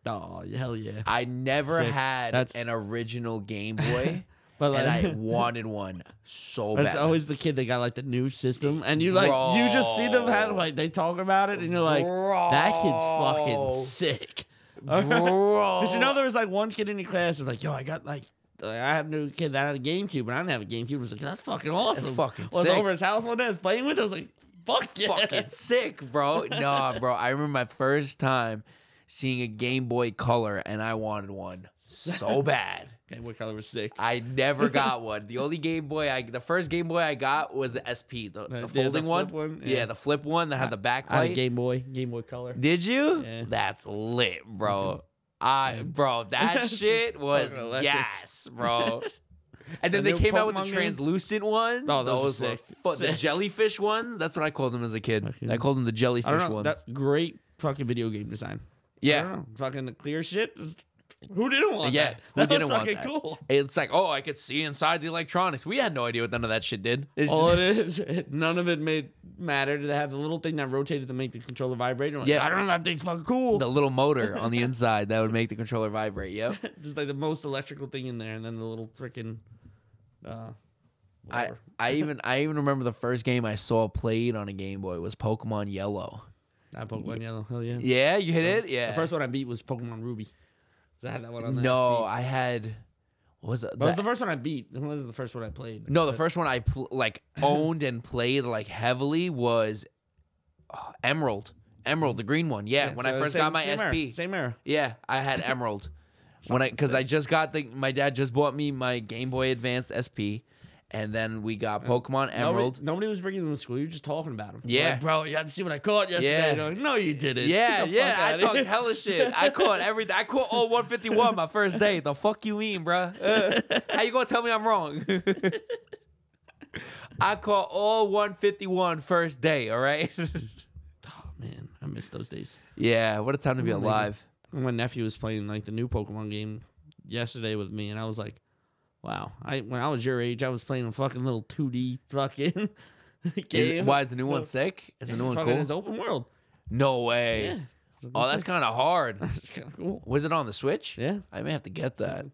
Speaker 2: Oh hell yeah!
Speaker 3: I never
Speaker 2: Sick.
Speaker 3: had
Speaker 2: That's-
Speaker 3: an original Game
Speaker 2: *laughs*
Speaker 3: Boy,
Speaker 2: But like,
Speaker 3: and *laughs* I wanted one so
Speaker 2: But
Speaker 3: bad.
Speaker 2: it's always the kid that got like the new system, and you like you just see them have
Speaker 3: Bro.
Speaker 2: like they talk about it, and you're like, that kid's fucking
Speaker 3: *laughs*
Speaker 2: sick.
Speaker 3: Bro.
Speaker 2: But you know, there was like one kid in your class who was like, yo, I got like. like, I had a new kid that had a GameCube, and I didn't have a GameCube. I was like, that's fucking awesome.
Speaker 3: fucking
Speaker 2: I was
Speaker 3: sick.
Speaker 2: *laughs* over his house one day, I was playing with. It. I was like, fuck
Speaker 3: *laughs*
Speaker 2: yeah. *laughs*
Speaker 3: fucking sick, bro. Nah, bro. I remember my first time seeing a Game Boy Color, and I wanted one
Speaker 2: *laughs*
Speaker 3: so bad.
Speaker 2: Okay, what color was sick?
Speaker 3: I never got one. The only Game Boy I, the first Game Boy I got was the SP, the, the
Speaker 2: yeah, the
Speaker 3: folding one.
Speaker 2: flip one,
Speaker 3: Yeah.
Speaker 2: yeah.
Speaker 3: the flip one that had the
Speaker 2: I had a
Speaker 3: backlight.
Speaker 2: Game Boy, Game Boy Color.
Speaker 3: Did you?
Speaker 2: Yeah. Mm-hmm.
Speaker 3: That's lit, bro. I, bro, that
Speaker 2: *laughs*
Speaker 3: shit was
Speaker 2: Fucking electric.
Speaker 3: gas,
Speaker 2: *laughs*
Speaker 3: bro. And then
Speaker 2: The
Speaker 3: they
Speaker 2: new
Speaker 3: came out with the
Speaker 2: Pokemon games?
Speaker 3: translucent ones.
Speaker 2: Oh, those are
Speaker 3: were
Speaker 2: sick.
Speaker 3: fu- the
Speaker 2: Sick.
Speaker 3: jellyfish ones. That's what I called them as a kid.
Speaker 2: Fucking-
Speaker 3: I called them the
Speaker 2: I
Speaker 3: jellyfish
Speaker 2: don't know.
Speaker 3: ones.
Speaker 2: That great fucking video game design. I
Speaker 3: yeah,
Speaker 2: don't know, fucking the clear shit. Who didn't want
Speaker 3: Yeah,
Speaker 2: that?
Speaker 3: who
Speaker 2: *laughs* That was
Speaker 3: didn't want
Speaker 2: fucking
Speaker 3: that?
Speaker 2: cool.
Speaker 3: it's like oh, I could see inside the electronics. We had no idea what none of that shit did. It's
Speaker 2: All
Speaker 3: just-
Speaker 2: it is, none of it made mattered. They have the little thing that rotated to make the controller vibrate. You're Like,
Speaker 3: Yeah.
Speaker 2: yeah, I don't know. That thing's fucking cool.
Speaker 3: the little motor on the inside that would make the controller vibrate. Yep.
Speaker 2: *laughs* Just like the most electrical thing in there, and then the little freaking. Uh,
Speaker 3: I,
Speaker 2: whatever.
Speaker 3: I even I even remember the first game I saw played on a Game Boy was Pokemon Yellow.
Speaker 2: I Pokemon Yellow. Hell yeah.
Speaker 3: Yeah, you hit it. Yeah.
Speaker 2: The first one I beat was Pokemon Ruby. 'Cause I had that one on the
Speaker 3: no,
Speaker 2: SP.
Speaker 3: I had. What was it?
Speaker 2: But it was
Speaker 3: The-
Speaker 2: the first one I beat. It was the first one I played.
Speaker 3: no, the
Speaker 2: But-
Speaker 3: first one I pl-
Speaker 2: *laughs*
Speaker 3: like owned and played like heavily was oh, Emerald. Emerald, the green one. Yeah, when
Speaker 2: so
Speaker 3: I
Speaker 2: the
Speaker 3: first
Speaker 2: same-
Speaker 3: got my
Speaker 2: same
Speaker 3: SP.
Speaker 2: Era, same era.
Speaker 3: Yeah, I
Speaker 2: *laughs*
Speaker 3: had Emerald when I because I just got the my dad just bought me my Game Boy Advanced SP, and then we got Pokemon Emerald.
Speaker 2: Nobody, nobody was bringing them to school. You were just talking about them.
Speaker 3: Yeah.
Speaker 2: Like, bro, you had to see what I caught yesterday.
Speaker 3: Yeah.
Speaker 2: They're like, no, you didn't.
Speaker 3: Yeah,
Speaker 2: *laughs* Get the
Speaker 3: yeah.
Speaker 2: fuck
Speaker 3: I
Speaker 2: outta
Speaker 3: talked
Speaker 2: here.
Speaker 3: hella shit. I caught everything. I caught all 151 my first day. The fuck you mean, bruh? *laughs* How you gonna tell me I'm wrong? *laughs* I caught all 151 first day, all right? *laughs*
Speaker 2: Oh, man, I miss those days.
Speaker 3: yeah, what a time to be
Speaker 2: Ooh, maybe.
Speaker 3: alive.
Speaker 2: And My nephew was playing like the new Pokemon game yesterday with me, and I was like, wow. I When I was your age, I was playing a fucking little 2D fucking *laughs*
Speaker 3: Is-
Speaker 2: game. *laughs*
Speaker 3: why is the new one
Speaker 2: No.
Speaker 3: sick? Is the
Speaker 2: It's
Speaker 3: new one
Speaker 2: fucking- It's
Speaker 3: cool?
Speaker 2: open
Speaker 3: *laughs*
Speaker 2: world.
Speaker 3: No way.
Speaker 2: Yeah.
Speaker 3: Oh, that's kind of hard.
Speaker 2: That's kind of cool.
Speaker 3: Was it on the Switch?
Speaker 2: Yeah.
Speaker 3: I may have to get that.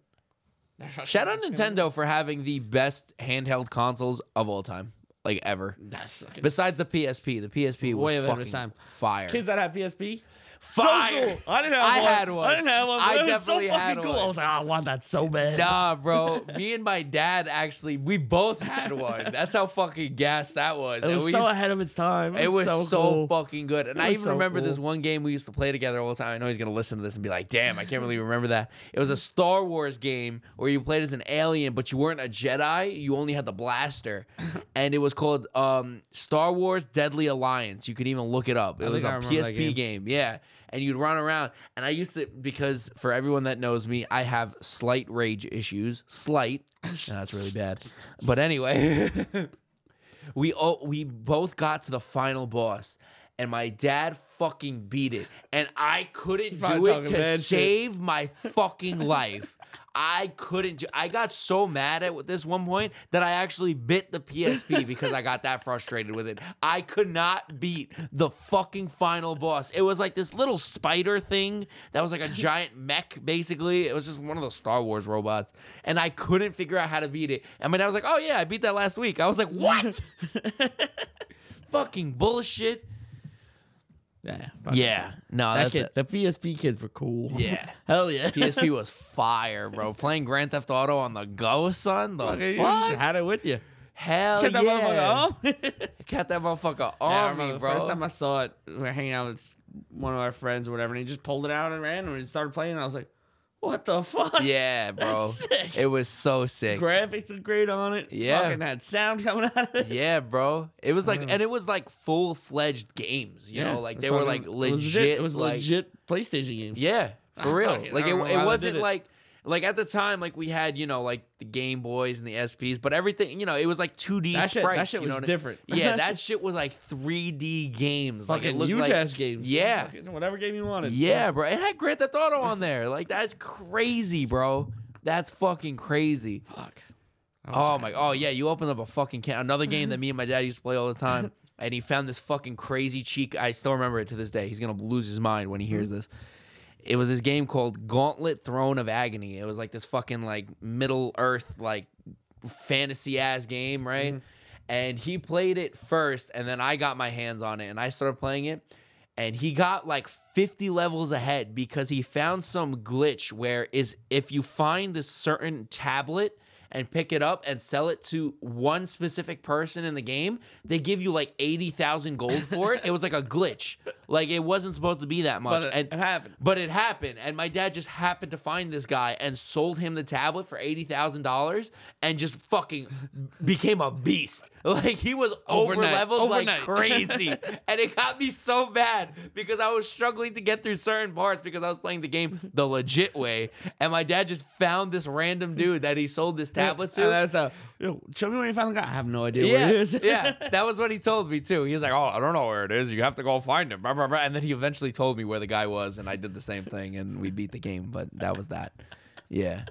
Speaker 3: Shout out Nintendo for having the best handheld consoles of all time, like ever.
Speaker 2: *laughs* That's fucking.
Speaker 3: Besides the PSP, the PSP was
Speaker 2: Way ahead of its
Speaker 3: fucking
Speaker 2: time.
Speaker 3: fire.
Speaker 2: Kids that have PSP,
Speaker 3: Fire.
Speaker 2: So cool. I didn't have
Speaker 3: I
Speaker 2: one.
Speaker 3: had one.
Speaker 2: I didn't have one.
Speaker 3: I
Speaker 2: but it was so
Speaker 3: definitely
Speaker 2: fucking
Speaker 3: had
Speaker 2: cool.
Speaker 3: one.
Speaker 2: I was like, "Oh, I want that so
Speaker 3: *laughs*
Speaker 2: bad.
Speaker 3: Nah, bro. Me and my dad actually, we both had one. That's how fucking gassed that was.
Speaker 2: It
Speaker 3: And
Speaker 2: was
Speaker 3: we
Speaker 2: so
Speaker 3: used-
Speaker 2: ahead of its time.
Speaker 3: It was so,
Speaker 2: cool.
Speaker 3: fucking good. And I
Speaker 2: was
Speaker 3: even
Speaker 2: so
Speaker 3: remember this
Speaker 2: cool.
Speaker 3: one game we used to play together all the time. I know he's going to listen to this and be like, damn, I can't really remember that. It was a Star Wars game where you played as an alien, but you weren't a Jedi. You only had the
Speaker 2: *laughs*
Speaker 3: blaster. And it was called um, Star Wars Deadly Alliance. You could even look it up. It was
Speaker 2: think I
Speaker 3: a
Speaker 2: remember that
Speaker 3: PSP game. Yeah. And you'd run around. And I used to, because for everyone that knows me, I have slight rage issues.
Speaker 2: *laughs*
Speaker 3: Slight. No, that's really bad. But anyway. we oh, we both got to the final boss, and my dad fucking beat it, and I couldn't do
Speaker 2: probably
Speaker 3: it
Speaker 2: talking
Speaker 3: to
Speaker 2: mad shit.
Speaker 3: save my fucking life. I couldn't do. I got so mad at this one point that I actually bit the
Speaker 2: *laughs*
Speaker 3: PSP because I got that frustrated with it. I could not beat the fucking final boss. It was like this little spider thing that was like a
Speaker 2: *laughs*
Speaker 3: giant mech, basically. It was just one of those Star Wars robots, and I couldn't figure out how to beat it. And my dad was like, "Oh yeah, I beat that last week." I was like, "What?" fucking bullshit.
Speaker 2: Yeah.
Speaker 3: Yeah. No, that's
Speaker 2: That kid, the PSP kids were cool.
Speaker 3: *laughs* Yeah.
Speaker 2: Hell yeah.
Speaker 3: PSP was fire,
Speaker 2: *laughs*
Speaker 3: bro. Playing Grand Theft Auto on the go, son. The
Speaker 2: Okay, you just
Speaker 3: fuck?
Speaker 2: had it with you.
Speaker 3: Hell
Speaker 2: Kept that "Oh." motherfucker
Speaker 3: yeah.
Speaker 2: on. Oh, *laughs* Yeah,
Speaker 3: Kept that motherfucker
Speaker 2: I
Speaker 3: on
Speaker 2: remember
Speaker 3: me,
Speaker 2: the
Speaker 3: bro.
Speaker 2: First time I saw it, we were hanging out with one of our friends or whatever, and he just pulled it out and ran, and we started playing. And I was like, "What the fuck?"
Speaker 3: *laughs* yeah, bro.
Speaker 2: *laughs* That's sick.
Speaker 3: It was so sick.
Speaker 2: Graphics are great on it.
Speaker 3: Yeah.
Speaker 2: Fucking had sound coming out of it.
Speaker 3: yeah, bro. It was like,
Speaker 2: Mhm.
Speaker 3: and it was like full fledged games. You know, like they
Speaker 2: that's
Speaker 3: were
Speaker 2: what I
Speaker 3: like
Speaker 2: mean.
Speaker 3: legit.
Speaker 2: It was legit, it was
Speaker 3: like,
Speaker 2: legit PlayStation games.
Speaker 3: Yeah, for
Speaker 2: I
Speaker 3: real.
Speaker 2: fucking-
Speaker 3: like
Speaker 2: I
Speaker 3: it,
Speaker 2: don't know how
Speaker 3: it
Speaker 2: they
Speaker 3: wasn't
Speaker 2: did it.
Speaker 3: like like at the time like we had you know like the Game Boys and the SPs, but everything you know it was like 2D
Speaker 2: That shit- that
Speaker 3: sprites.
Speaker 2: shit
Speaker 3: you know
Speaker 2: was
Speaker 3: what I-
Speaker 2: different. *laughs*
Speaker 3: Yeah, that shit was like 3D games. Like it
Speaker 2: fucking
Speaker 3: looked
Speaker 2: huge
Speaker 3: like
Speaker 2: ass games.
Speaker 3: Yeah.
Speaker 2: Fucking whatever game you wanted.
Speaker 3: yeah, bro. It had Grand Theft Auto on there. Like that's crazy, bro. That's fucking crazy.
Speaker 2: Fuck.
Speaker 3: Oh my! Oh yeah, you opened up a fucking can. Another
Speaker 2: Mm-hmm.
Speaker 3: game that me and my dad used to play all the
Speaker 2: *laughs*
Speaker 3: time, and he found this fucking crazy cheek. I still remember it to this day. He's gonna lose his mind when he hears
Speaker 2: Mm-hmm.
Speaker 3: this. It was this game called Gauntlet Throne of Agony. It was like this fucking like Middle Earth like fantasy ass game, right? And he played it first, and then I got my hands on it, and I started playing it. And he got like 50 levels ahead because he found some glitch where is if you find this certain tablet and pick it up and sell it to one specific person in the game, they give you like 80,000 gold for it. It was like a glitch. Like it wasn't supposed to be that much.
Speaker 2: But uh, it-
Speaker 3: and
Speaker 2: it happened.
Speaker 3: but it happened, and my dad just happened to find this guy and sold him the tablet for eighty thousand dollars, and just fucking became a beast. *laughs* Like he was over
Speaker 2: Overnight.
Speaker 3: leveled like
Speaker 2: Overnight. *laughs*
Speaker 3: crazy, and it got me so bad because I was struggling to get through certain parts because I was playing the game the legit way, and my dad just found this random dude that he sold this tablet to.
Speaker 2: And that's a, yo, show me where you found the guy. I have no idea
Speaker 3: Yeah,
Speaker 2: where it is.
Speaker 3: yeah, that was what he told me too. He was like, "Oh, I don't know where it is. You have to go find it." Blah, blah, blah. And then he eventually told me where the guy was, and I did the same thing, and we beat the game. But that was that. Yeah,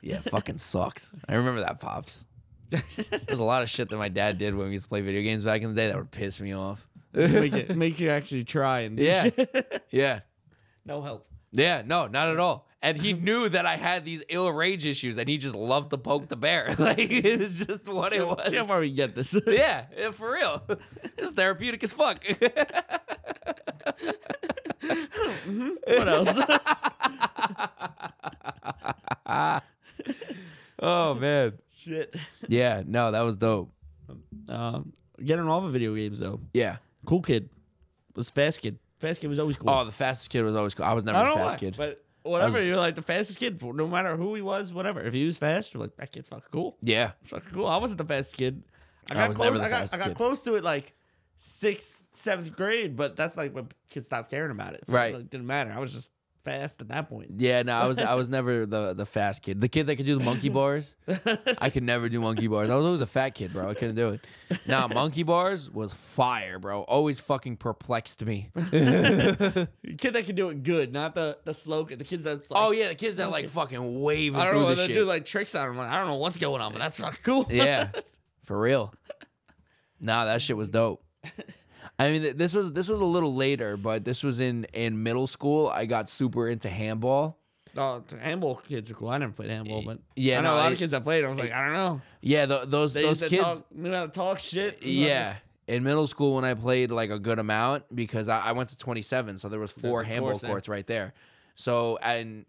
Speaker 3: yeah, fucking sucked. I remember that pops. There's a lot of shit that my dad did when we used to play video games back in the day that would piss me off.
Speaker 2: *laughs* make it make you actually try and
Speaker 3: Yeah, yeah,
Speaker 2: no help.
Speaker 3: yeah. No, not at all. And he knew that I had these ill rage issues, and he just loved to poke the bear. *laughs* Like it was just what *laughs* it was.
Speaker 2: See how far we
Speaker 3: *laughs*
Speaker 2: get this.
Speaker 3: Yeah, yeah, for real. *laughs* It's therapeutic as fuck. *laughs*
Speaker 2: what
Speaker 3: *laughs*
Speaker 2: else?
Speaker 3: oh man.
Speaker 2: Shit.
Speaker 3: Yeah, no, that was dope.
Speaker 2: Um, getting off of video games though.
Speaker 3: Yeah.
Speaker 2: Cool kid was fast kid. Fast kid was always cool.
Speaker 3: Oh, the fastest kid was always cool. I was never
Speaker 2: I
Speaker 3: the
Speaker 2: don't know
Speaker 3: fastest
Speaker 2: why,
Speaker 3: kid.
Speaker 2: but whatever.
Speaker 3: was-
Speaker 2: you're like the fastest kid, no matter who he was, whatever. If he was fast, you're like that kid's fucking cool.
Speaker 3: yeah.
Speaker 2: It's fucking cool. I wasn't the fastest kid. I
Speaker 3: I
Speaker 2: got
Speaker 3: was
Speaker 2: close.
Speaker 3: never the
Speaker 2: I got, I
Speaker 3: fastest
Speaker 2: got
Speaker 3: kid.
Speaker 2: close to it like sixth, seventh grade, but that's like when kids stopped caring about it. So
Speaker 3: Right.
Speaker 2: It like, didn't matter. I was just fast at
Speaker 3: *laughs*
Speaker 2: that point. *laughs*
Speaker 3: Yeah, no, I was I was never the the fast kid. The kid that could do the
Speaker 2: *laughs*
Speaker 3: monkey bars. I could never do monkey bars. I was always a fat kid, bro. I couldn't do it.
Speaker 2: *laughs*
Speaker 3: Nah, monkey bars was fire, bro. Always fucking perplexed
Speaker 2: *laughs*
Speaker 3: me.
Speaker 2: kid that can do it good, not the the slow kid. The kids that like,
Speaker 3: oh yeah, the kids that like fucking waving
Speaker 2: I don't
Speaker 3: through
Speaker 2: know.
Speaker 3: the
Speaker 2: They
Speaker 3: shit.
Speaker 2: do like tricks on him. Like I don't know what's going on, but that's not cool.
Speaker 3: Yeah, for real. Nah, that shit was dope. I mean, th- this was this was a little later, but this was in in middle school. I got super into handball.
Speaker 2: *laughs* no, handball kids are cool. I never played handball, but
Speaker 3: Yeah,
Speaker 2: I know
Speaker 3: no,
Speaker 2: a lot
Speaker 3: it-
Speaker 2: of kids that played. I was like, I don't know.
Speaker 3: Yeah, tho- those
Speaker 2: They
Speaker 3: those
Speaker 2: used to
Speaker 3: kids.
Speaker 2: talk, knew how to talk
Speaker 3: *laughs*
Speaker 2: shit.
Speaker 3: yeah, in middle school when I played like a good amount because I, I went to 27, so there was four
Speaker 4: of
Speaker 3: handball
Speaker 4: course, eh?
Speaker 3: courts right there. So and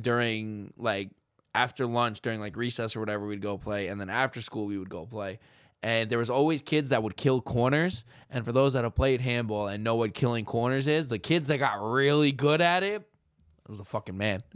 Speaker 3: during like after lunch, during like recess or whatever, we'd go play, and then after school we would go play. And there was always kids that would kill corners. And for those that have played handball and know what killing corners is, the kids that got really good at it, it was a fucking man. *laughs*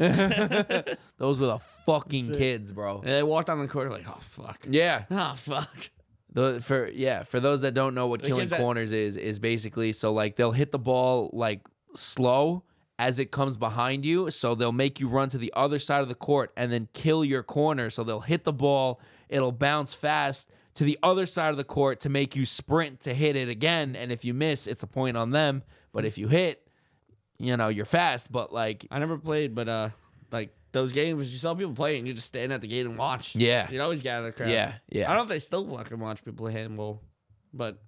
Speaker 3: those were the fucking kids, bro.
Speaker 2: And they walked on the court like, oh fuck. *laughs*
Speaker 3: Yeah.
Speaker 2: Oh fuck.
Speaker 3: The, for yeah, for those that don't know what
Speaker 2: Like,
Speaker 3: killing
Speaker 2: is that-
Speaker 3: corners is, is basically so like they'll hit the ball like slow as it comes behind you, so they'll make you run to the other side of the court and then kill your corner. So they'll hit the ball, it'll bounce fast to the other side of the court to make you sprint to hit it again. And if you miss, it's a point on them. But if you hit, you know you're fast. But like
Speaker 2: I never played, but uh, like those games, you saw people play and you just stand at the gate and watch.
Speaker 3: Yeah.
Speaker 2: You'd always gather the crowd.
Speaker 3: yeah,
Speaker 2: I
Speaker 3: yeah, I don't,
Speaker 2: don't know if they still fucking watch people play handball, but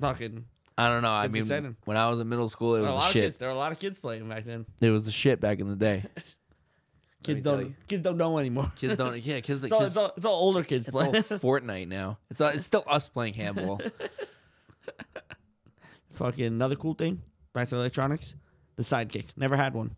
Speaker 2: fucking
Speaker 3: know. I
Speaker 2: It's
Speaker 3: mean,
Speaker 2: exciting.
Speaker 3: when I was in middle school, it
Speaker 2: there
Speaker 3: was
Speaker 2: were
Speaker 3: the
Speaker 2: a lot of
Speaker 3: shit.
Speaker 2: kids. There were a lot of kids playing back then.
Speaker 3: It was the shit back in the day. me
Speaker 2: Kids
Speaker 3: tell
Speaker 2: don't
Speaker 3: you.
Speaker 2: kids don't know anymore.
Speaker 3: Kids
Speaker 2: *laughs*
Speaker 3: don't. Yeah, kids.
Speaker 2: It's all,
Speaker 3: kids-
Speaker 2: it's, all, it's all *laughs* older kids
Speaker 3: It's all *laughs*
Speaker 2: playing.
Speaker 3: Fortnite now. It's all, it's still us playing
Speaker 2: *laughs*
Speaker 3: handball.
Speaker 2: fucking another cool thing. Back to electronics. The sidekick. Never
Speaker 3: *sighs*
Speaker 2: had one.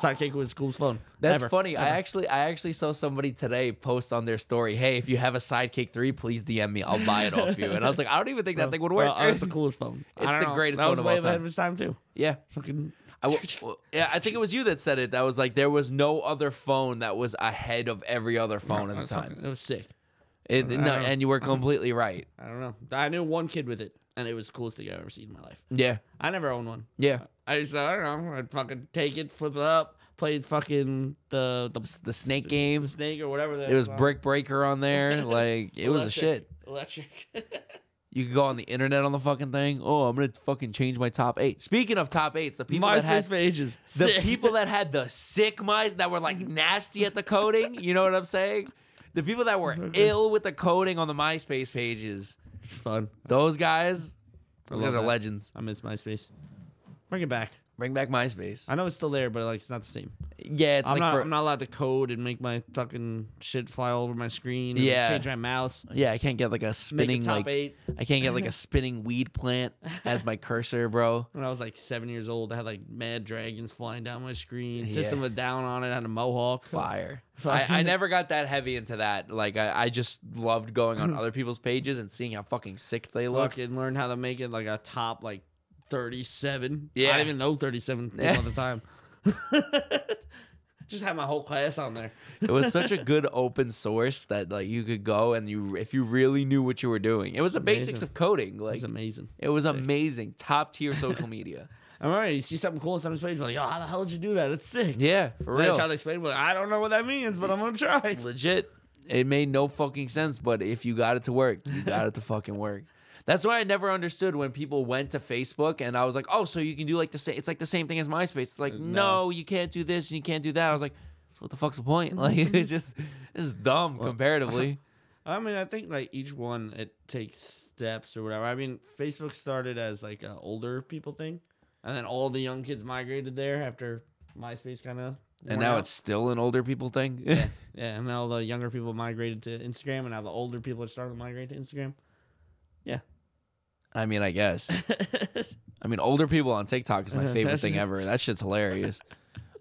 Speaker 2: Sidekick was school's phone.
Speaker 3: That's
Speaker 2: Never.
Speaker 3: funny. I actually I actually saw somebody today post on their story, "Hey, if you have a Sidekick 3, please DM me. I'll buy it off you." And I was like, "I don't even think that thing would work."
Speaker 2: Bro, oh,
Speaker 3: *laughs*
Speaker 2: that's the coolest phone.
Speaker 3: It's
Speaker 2: I don't
Speaker 3: the
Speaker 2: know.
Speaker 3: greatest
Speaker 2: that
Speaker 3: phone
Speaker 2: was
Speaker 3: of
Speaker 2: way
Speaker 3: all
Speaker 2: ahead
Speaker 3: time.
Speaker 2: of its time too.
Speaker 3: yeah.
Speaker 2: Fucking
Speaker 3: I
Speaker 2: *laughs*
Speaker 3: w- well, yeah, I think it was you that said it. That was like there was no other phone that was ahead of every other
Speaker 2: *laughs*
Speaker 3: phone at the
Speaker 2: That's
Speaker 3: time.
Speaker 2: fucking- It was sick.
Speaker 3: It, no,
Speaker 2: know. *laughs*
Speaker 3: and you were completely right.
Speaker 2: I don't know. I knew one kid with it, and it was the coolest thing I've ever seen in my life.
Speaker 3: Yeah,
Speaker 2: I never owned one.
Speaker 3: yeah.
Speaker 2: I just, I don't know. I'd fucking take it, flip it up, play fucking the the *laughs*
Speaker 3: S- The snake games.
Speaker 2: snake or whatever. That
Speaker 3: It was
Speaker 2: on.
Speaker 3: Brick Breaker on
Speaker 2: *laughs*
Speaker 3: there. Like it was a
Speaker 2: Electric.
Speaker 3: shit.
Speaker 2: Electric. *laughs*
Speaker 3: You could go on the internet on the fucking thing. Oh, I'm gonna fucking change my top eight. Speaking of top eights, the people that had
Speaker 2: MySpace pages.
Speaker 3: the
Speaker 2: Sick.
Speaker 3: people
Speaker 2: *laughs*
Speaker 3: that had the sick mice that were like nasty at the coding. You know what I'm saying? The people that were
Speaker 2: *laughs*
Speaker 3: ill with the coding on the MySpace pages.
Speaker 2: It's fun.
Speaker 3: Those guys, those
Speaker 2: love
Speaker 3: guys are
Speaker 2: that.
Speaker 3: legends.
Speaker 2: I miss MySpace. Bring it back.
Speaker 3: Bring back MySpace.
Speaker 2: I know it's still there, but like it's not the same.
Speaker 3: Yeah, it's
Speaker 2: I'm
Speaker 3: like
Speaker 2: not.
Speaker 3: for
Speaker 2: I'm not allowed to code and make my fucking shit fly all over my screen. and
Speaker 3: Yeah.
Speaker 2: Change my mouse.
Speaker 3: yeah. I can't get like a
Speaker 2: Make it
Speaker 3: spinning
Speaker 2: top
Speaker 3: like
Speaker 2: eight.
Speaker 3: I can't get
Speaker 2: *laughs*
Speaker 3: like a spinning weed plant as my cursor, bro.
Speaker 2: When I was like seven years old, I had like mad dragons flying down my screen.
Speaker 3: Yeah.
Speaker 2: System of a Down on it. I had a mohawk.
Speaker 3: Fire. I, I never got that heavy into that. Like I, I just loved going *clears throat* on other people's pages and seeing how fucking sick they look.
Speaker 2: Fucking learned how to make it like a top like 37. I
Speaker 3: Yeah.
Speaker 2: didn't even know
Speaker 3: *laughs*
Speaker 2: 37 people
Speaker 3: Yeah.
Speaker 2: at the time. *laughs* Just had my whole class on there.
Speaker 3: it was such *laughs* a good open source that like you could go and you if you really knew what you were doing. It was the basics
Speaker 2: Amazing.
Speaker 3: of coding.
Speaker 2: It
Speaker 3: Like
Speaker 2: was amazing.
Speaker 3: it was amazing. Top tier social media.
Speaker 2: I remember you see something cool on someone's page, you're like, yo, how the hell did you do that? That's sick.
Speaker 3: Yeah, for
Speaker 2: And I tried
Speaker 3: real.
Speaker 2: to explain, but I don't know what that means, but I'm gonna try.
Speaker 3: Legit. It made no fucking sense, but if you got it to work, you got it
Speaker 2: *laughs*
Speaker 3: to fucking work. That's why I never understood when people went to Facebook and I was like, "Oh, so you can do like the same? It's like the same thing as MySpace." It's
Speaker 2: Uh,
Speaker 3: like, no. you can't do this and you can't do that." I was like, "So what the fuck's the
Speaker 2: *laughs*
Speaker 3: point?" Like, it's just it's dumb comparatively.
Speaker 2: I mean, I think like each one it takes steps or whatever. I mean, Facebook started as like a older people thing, and then all the young kids migrated there after MySpace kind of.
Speaker 3: And now it's still an older people thing. Yeah.
Speaker 2: *laughs* Yeah, and now the younger people migrated to Instagram, and now the older people are starting to migrate
Speaker 3: *laughs*
Speaker 2: to Instagram.
Speaker 3: *laughs* I mean, I guess. I mean, older people on TikTok is my
Speaker 2: Uh-huh,
Speaker 3: favorite
Speaker 2: that's-
Speaker 3: thing ever. That shit's
Speaker 2: *laughs*
Speaker 3: hilarious.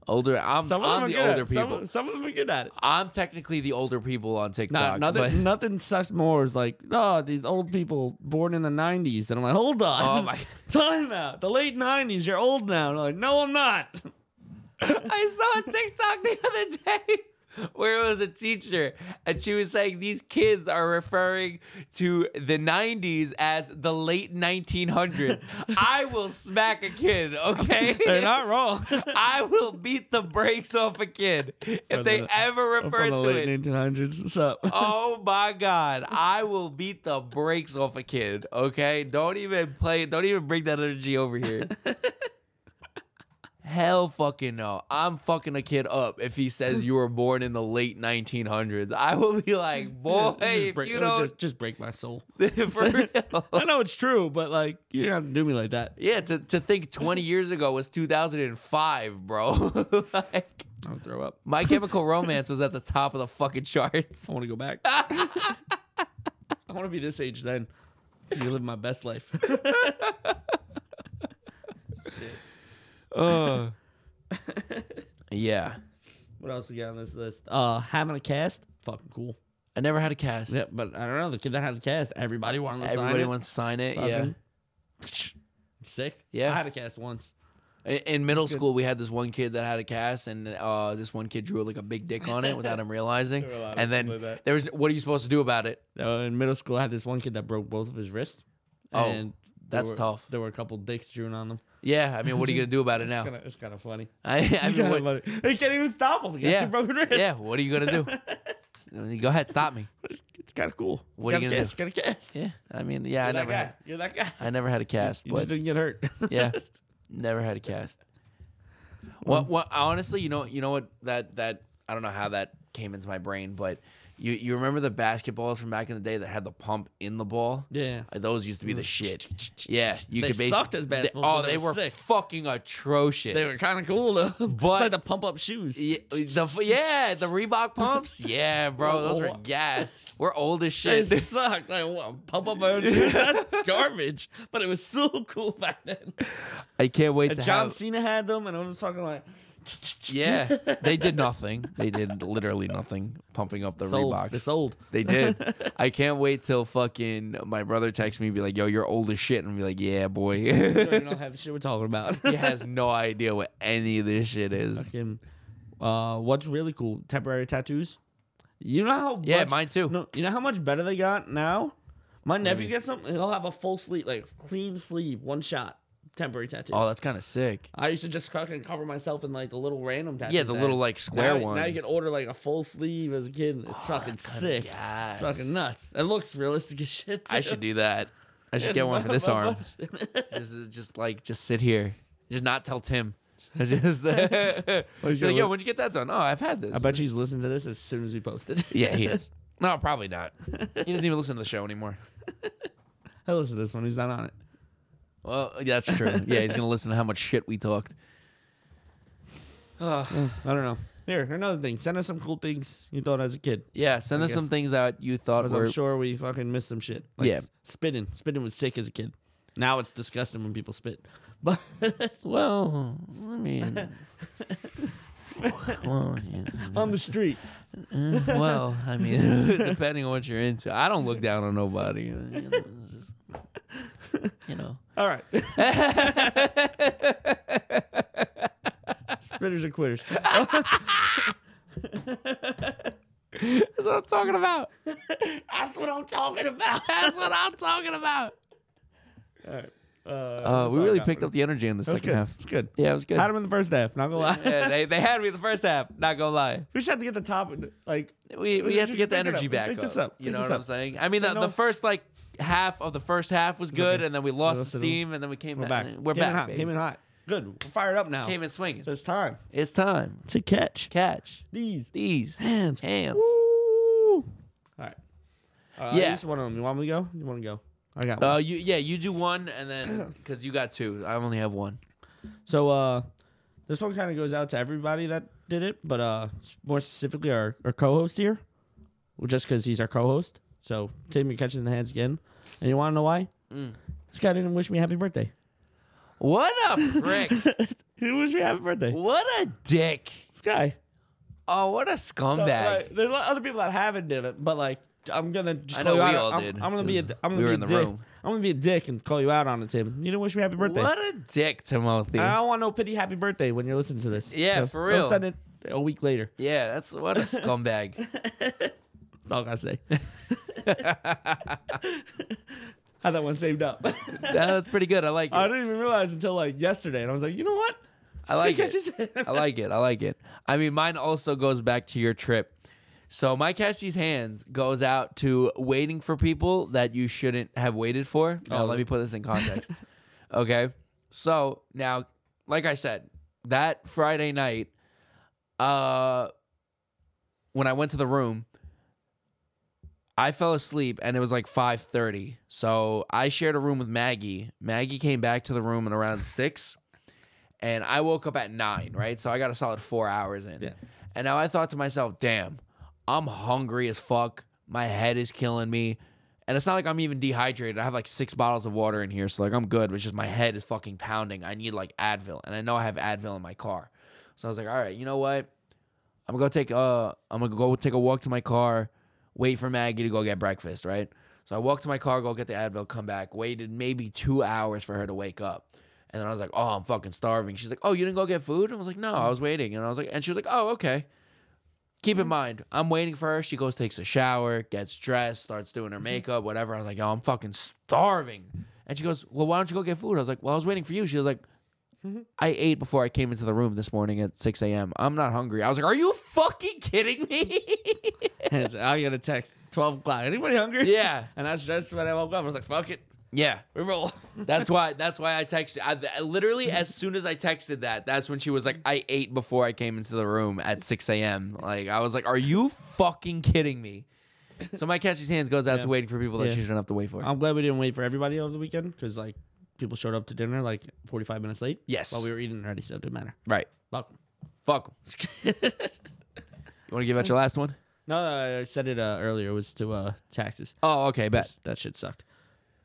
Speaker 3: Older, I'm,
Speaker 2: some of them
Speaker 3: I'm
Speaker 2: are
Speaker 3: the
Speaker 2: good
Speaker 3: older
Speaker 2: at it. Some,
Speaker 3: people.
Speaker 2: some of them are good at it.
Speaker 3: I'm technically the older people on
Speaker 2: Nah,
Speaker 3: TikTok.
Speaker 2: nothing,
Speaker 3: but- *laughs*
Speaker 2: nothing sucks more is like, oh, these old people born in the '90s, and I'm like, hold on,
Speaker 3: oh my!
Speaker 2: *laughs* time out. The late '90s, you're old now. And I'm like, no, I'm not. *laughs*
Speaker 3: I saw a TikTok the other day *laughs* where it was a teacher and she was saying these kids are referring to the 90s as the late 1900s. I will smack a kid, okay?
Speaker 2: They're not wrong.
Speaker 3: *laughs*
Speaker 2: *laughs*
Speaker 3: I will beat the brakes off a kid if they
Speaker 2: the-
Speaker 3: ever
Speaker 2: I'm
Speaker 3: refer
Speaker 2: from the
Speaker 3: to it.
Speaker 2: late 1900s. What's up?
Speaker 3: oh my god i will beat the brakes off a kid okay don't even play don't even bring that energy over
Speaker 2: *laughs*
Speaker 3: here hell fucking no i'm fucking a kid up if he says you were born in the late 1900s i will be like
Speaker 2: *laughs*
Speaker 3: boy
Speaker 2: just
Speaker 3: Oh, if
Speaker 2: break,
Speaker 3: you
Speaker 2: it'll
Speaker 3: don't
Speaker 2: just, just break my soul.
Speaker 3: *laughs* for real
Speaker 2: *laughs* I know it's true, but like, you don't have to do me like that.
Speaker 3: yeah to, to think 20 years ago was 2005 bro *laughs* like
Speaker 2: I'll throw up.
Speaker 3: my chemical romance was at the top *laughs* of the fucking charts
Speaker 2: I want to go back. I want to be this age then. You live my best life. *laughs*
Speaker 3: Uh, yeah.
Speaker 2: what else we got on this list? Uh, having a cast, fucking cool.
Speaker 3: I never had a cast.
Speaker 2: Yeah, but I don't know. The kid that had the cast, everybody wanted to sign
Speaker 3: Everybody
Speaker 2: it.
Speaker 3: wants to sign it. Yeah.
Speaker 2: Fucking- *laughs* Sick.
Speaker 3: Yeah.
Speaker 2: I had a cast once.
Speaker 3: In- In middle school, we had this one kid that had a cast, and uh, this one kid drew like a big dick on it without him realizing.
Speaker 2: There were a lot of
Speaker 3: and then
Speaker 2: people like that.
Speaker 3: there was, what are you supposed to do about it?
Speaker 2: Uh, in middle school, I had this one kid that broke both of his wrists.
Speaker 3: Oh,
Speaker 2: there
Speaker 3: that's
Speaker 2: were-
Speaker 3: tough.
Speaker 2: There were a couple dicks drewn on them.
Speaker 3: Yeah, I mean, what are you gonna do about it
Speaker 2: It's
Speaker 3: now?
Speaker 2: kinda- It's kind of funny. *laughs*
Speaker 3: *laughs* I, I
Speaker 2: It's
Speaker 3: mean,
Speaker 2: kinda
Speaker 3: what,
Speaker 2: funny. They can't even stop him. He got
Speaker 3: yeah,
Speaker 2: two broken wrists.
Speaker 3: yeah, what are you gonna do? S- Go ahead, stop me.
Speaker 2: *laughs* It's, kind of cool.
Speaker 3: What are you
Speaker 2: Gotta
Speaker 3: gonna
Speaker 2: cast, Gotta cast.
Speaker 3: Yeah, I mean, yeah, I
Speaker 2: You're that
Speaker 3: never,
Speaker 2: guy.
Speaker 3: had,
Speaker 2: You're that guy.
Speaker 3: I never had a cast,
Speaker 2: You
Speaker 3: but
Speaker 2: just didn't get hurt.
Speaker 3: *laughs* Yeah. Never had a cast. What? What? Honestly, you know, you know what? That that I don't know how that came into my brain, but you you remember the basketballs from back in the day that had the pump in the ball?
Speaker 2: *laughs* yeah.
Speaker 3: Uh, Those used to be the shit.
Speaker 2: *laughs*
Speaker 3: Yeah, you
Speaker 2: Mm. They
Speaker 3: could basi-
Speaker 2: sucked as
Speaker 3: they-
Speaker 2: basketballs,
Speaker 3: oh,
Speaker 2: but
Speaker 3: they,
Speaker 2: they
Speaker 3: were
Speaker 2: were sick.
Speaker 3: fucking atrocious.
Speaker 2: They were kind of cool though. *laughs*
Speaker 3: But-
Speaker 2: it's like the pump up shoes.
Speaker 3: Yeah, the,
Speaker 2: *laughs*
Speaker 3: f- yeah, the Reebok pumps. Yeah, bro, those were
Speaker 2: What?
Speaker 3: gas. We're old as
Speaker 2: They
Speaker 3: shit.
Speaker 2: sucked. Like what, pump up my own
Speaker 3: *laughs*
Speaker 2: shoes. That's garbage. But it was so *laughs* cool back then.
Speaker 3: I can't wait
Speaker 2: And John Cena had them, and I was fucking like, *laughs*
Speaker 3: Yeah, they did nothing. They did literally nothing. Pumping up the
Speaker 2: sold.
Speaker 3: Reeboks. *laughs*
Speaker 2: It's sold.
Speaker 3: They
Speaker 2: *laughs*
Speaker 3: did. I can't wait till fucking my brother texts me and be like, "Yo, you're old as shit," and be like, "Yeah,
Speaker 2: You already
Speaker 3: boy." *laughs*
Speaker 2: know half the shit we're talking about.
Speaker 3: he has no idea what any of this shit is.
Speaker 2: Fucking, uh, what's really cool? Temporary tattoos. You know how
Speaker 3: Yeah,
Speaker 2: much-
Speaker 3: mine too.
Speaker 2: No, you know how much better they got now. My nephew
Speaker 3: mean?
Speaker 2: gets them. He'll have a full sleeve, like clean sleeve, one shot temporary tattoo.
Speaker 3: Oh, that's kind of sick.
Speaker 2: I used to just fucking cover myself in like the little random tattoos.
Speaker 3: Yeah, the
Speaker 2: I
Speaker 3: little
Speaker 2: had.
Speaker 3: like square
Speaker 2: now,
Speaker 3: ones. Oh,
Speaker 2: Now you can order like a full sleeve as a kid. and It's fucking sick.
Speaker 3: Yes.
Speaker 2: It's fucking nuts. It looks realistic as shit.
Speaker 3: I should do that. I should get one for this arm. *laughs* Just, uh, just like just sit here, just not tell Tim. *laughs*
Speaker 2: *laughs*
Speaker 3: Just He's like, yo, when'd you get that done? Oh, I've had this.
Speaker 2: *laughs* I bet you he's listening to this as soon as we post it.
Speaker 3: Yeah,
Speaker 2: *laughs*
Speaker 3: he is. No, probably not. He doesn't even listen to the show anymore.
Speaker 2: I listen to this one. He's not on it.
Speaker 3: Well, yeah, that's
Speaker 2: *laughs*
Speaker 3: true. Yeah, he's gonna listen to how much shit we talked. Ugh.
Speaker 2: I don't know. Here, another thing. Send us some cool things you thought as a kid.
Speaker 3: yeah, send us
Speaker 2: guess-
Speaker 3: some things that you thought
Speaker 2: Because
Speaker 3: were.
Speaker 2: I'm sure we fucking missed some shit.
Speaker 3: Yeah.
Speaker 2: Spitting. Spitting was sick as a kid. Now it's disgusting when people spit. *laughs* But
Speaker 3: Well, I
Speaker 2: *laughs*
Speaker 3: mean, well, yeah.
Speaker 2: on the street.
Speaker 3: *laughs* well,
Speaker 2: *laughs*
Speaker 3: I mean, depending on what you're into, I don't look down on nobody. You know, it's just, you
Speaker 2: *laughs*
Speaker 3: know. *laughs*
Speaker 2: All right. Spitters and quitters. *laughs*
Speaker 3: that's what I'm talking about.
Speaker 2: That's what I'm talking about. *laughs*
Speaker 3: That's what I'm talking about.
Speaker 2: All right. Oh,
Speaker 3: Uh, we really picked up the energy in the
Speaker 2: That's
Speaker 3: second
Speaker 2: good.
Speaker 3: half.
Speaker 2: It's good.
Speaker 3: Yeah, it was good.
Speaker 2: Had him in the first half. Not gonna lie.
Speaker 3: *laughs*
Speaker 2: *laughs*
Speaker 3: yeah, they, they had me the first half. Not gonna lie.
Speaker 2: We should have to get the top. Like
Speaker 3: we, we
Speaker 2: Pick
Speaker 3: have to get the
Speaker 2: it up.
Speaker 3: energy back
Speaker 2: Pick
Speaker 3: up.
Speaker 2: this up.
Speaker 3: You
Speaker 2: Pick
Speaker 3: know
Speaker 2: this
Speaker 3: what I'm
Speaker 2: up.
Speaker 3: saying? I mean,
Speaker 2: So
Speaker 3: the,
Speaker 2: no-
Speaker 3: the first like half of the first half was good,
Speaker 2: okay.
Speaker 3: and then we lost
Speaker 2: lost it all.
Speaker 3: steam, and then we came
Speaker 2: we're
Speaker 3: back.
Speaker 2: back.
Speaker 3: We're
Speaker 2: Came in
Speaker 3: back.
Speaker 2: hot.
Speaker 3: baby.
Speaker 2: Came in hot. Good. We're fired up now.
Speaker 3: Came in swinging.
Speaker 2: So it's time
Speaker 3: It's time.
Speaker 2: to catch
Speaker 3: Catch
Speaker 2: these
Speaker 3: these
Speaker 2: hands.
Speaker 3: hands.
Speaker 2: Woo. All right. Uh,
Speaker 3: Yeah.
Speaker 2: yeah. Just one of them. You want me to go? You want to go? I got one.
Speaker 3: Uh, you yeah, you do one, and
Speaker 2: *clears throat*
Speaker 3: then because you got two, I only have one.
Speaker 2: so uh, this one kind of goes out to everybody that did it, but uh, s- more specifically our, our co-host here, well, just because he's our co-host. So Tim, you're catching the hands again, and you want to know why?
Speaker 3: Mm.
Speaker 2: This guy didn't wish me happy birthday.
Speaker 3: What a
Speaker 2: *laughs*
Speaker 3: prick!
Speaker 2: he didn't wish me happy birthday.
Speaker 3: what a dick!
Speaker 2: This guy.
Speaker 3: Oh, what a
Speaker 2: So,
Speaker 3: scumbag!
Speaker 2: like, there's a lot of other people that haven't did it, but like I'm gonna just
Speaker 3: I
Speaker 2: call
Speaker 3: know
Speaker 2: you
Speaker 3: we
Speaker 2: out.
Speaker 3: all
Speaker 2: I'm,
Speaker 3: did,
Speaker 2: I'm gonna be a, d-
Speaker 3: 'cause
Speaker 2: I'm gonna
Speaker 3: we were
Speaker 2: be
Speaker 3: in
Speaker 2: a
Speaker 3: the
Speaker 2: dick.
Speaker 3: room.
Speaker 2: I'm gonna be a dick and call you out on it, Tim. You didn't wish me happy birthday.
Speaker 3: What a dick, Timothy!
Speaker 2: And I don't want no pity happy birthday when you're listening to this.
Speaker 3: Yeah,
Speaker 2: So
Speaker 3: for real.
Speaker 2: Don't send it a week later.
Speaker 3: Yeah, that's what a scumbag.
Speaker 2: *laughs* That's all I gotta *laughs* say. Had that one
Speaker 3: *laughs*
Speaker 2: saved up.
Speaker 3: that's pretty good. I like it.
Speaker 2: I didn't even realize until like yesterday, and I was like, you know what?
Speaker 3: I like it. *laughs*
Speaker 2: This guy just-
Speaker 3: I like it. I like it. I mean, mine also goes back to your trip. So my catch these hands goes out to waiting for people that you shouldn't have waited for. Now
Speaker 2: Oh.
Speaker 3: let me put this in
Speaker 2: *laughs*
Speaker 3: context. okay. So now, like I said, that Friday night, uh, when I went to the room, I fell asleep and it was like 5:30. So I shared a room with Maggie. Maggie came back to the room at
Speaker 2: *laughs*
Speaker 3: around 6 and I woke up at 9, right? So I got a solid 4 hours in.
Speaker 2: Yeah.
Speaker 3: And now I thought to myself, "Damn, I'm hungry as fuck. My head is killing me And it's not like I'm even dehydrated. I have like six bottles of water in here, so like I'm good. But it's just my head is fucking pounding. I need like Advil, and I know I have Advil in my car. So I was like, all right, you know what? I'm gonna go take uh I'm gonna go take a walk to my car, wait for Maggie to go get breakfast, right? So I walked to my car, go get the Advil, come back, waited maybe two hours for her to wake up. And then I was like, Oh, I'm fucking starving. She's like, Oh, you didn't go get food? I was like, No, I was waiting. And I was like, and she was like, Oh, okay. Keep in mind, I'm waiting for her. She goes, takes a shower, gets dressed, starts doing her makeup, whatever. I was like, yo, I'm fucking starving. And she goes, Well, why don't you go get food? I was like, Well, I was waiting for you. She was like, I ate before I came into the room this morning at 6 a.m. I'm not hungry. I was like, Are you fucking kidding me? *laughs*
Speaker 2: And so *laughs* I get a text, 12 o'clock. Anybody hungry?
Speaker 3: yeah.
Speaker 2: And I was dressed when I woke up. I was like, fuck it.
Speaker 3: Yeah.
Speaker 2: We
Speaker 3: *laughs*
Speaker 2: roll.
Speaker 3: That's why. That's why I texted. I, I literally, as soon as I texted that, that's when she was like, "I ate before I came into the room at 6 a.m." Like I was like, "Are you fucking kidding me?" So my catchy hands goes out to
Speaker 2: Yeah.
Speaker 3: waiting for people that
Speaker 2: Yeah.
Speaker 3: she shouldn't have to wait for.
Speaker 2: I'm glad we didn't wait for everybody over the weekend because, like, people showed up to dinner like 45 minutes late.
Speaker 3: Yes.
Speaker 2: While we were eating already, so it
Speaker 3: *laughs*
Speaker 2: didn't matter.
Speaker 3: right.
Speaker 2: Welcome.
Speaker 3: Fuck. 'em. you want to give out your last one?
Speaker 2: No, no, I said it uh, earlier. It was to uh, taxes.
Speaker 3: Oh, okay, bet.
Speaker 2: That shit sucked.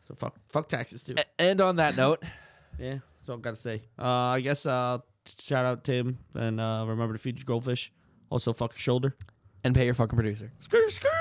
Speaker 2: So fuck, fuck taxes too.
Speaker 3: A- And on that note,
Speaker 2: Yeah, that's all I gotta say. Uh, I guess uh, shout out Tim and uh, remember to feed your goldfish. Also, fuck your shoulder.
Speaker 3: and pay your fucking producer.
Speaker 2: Skirt, skirt.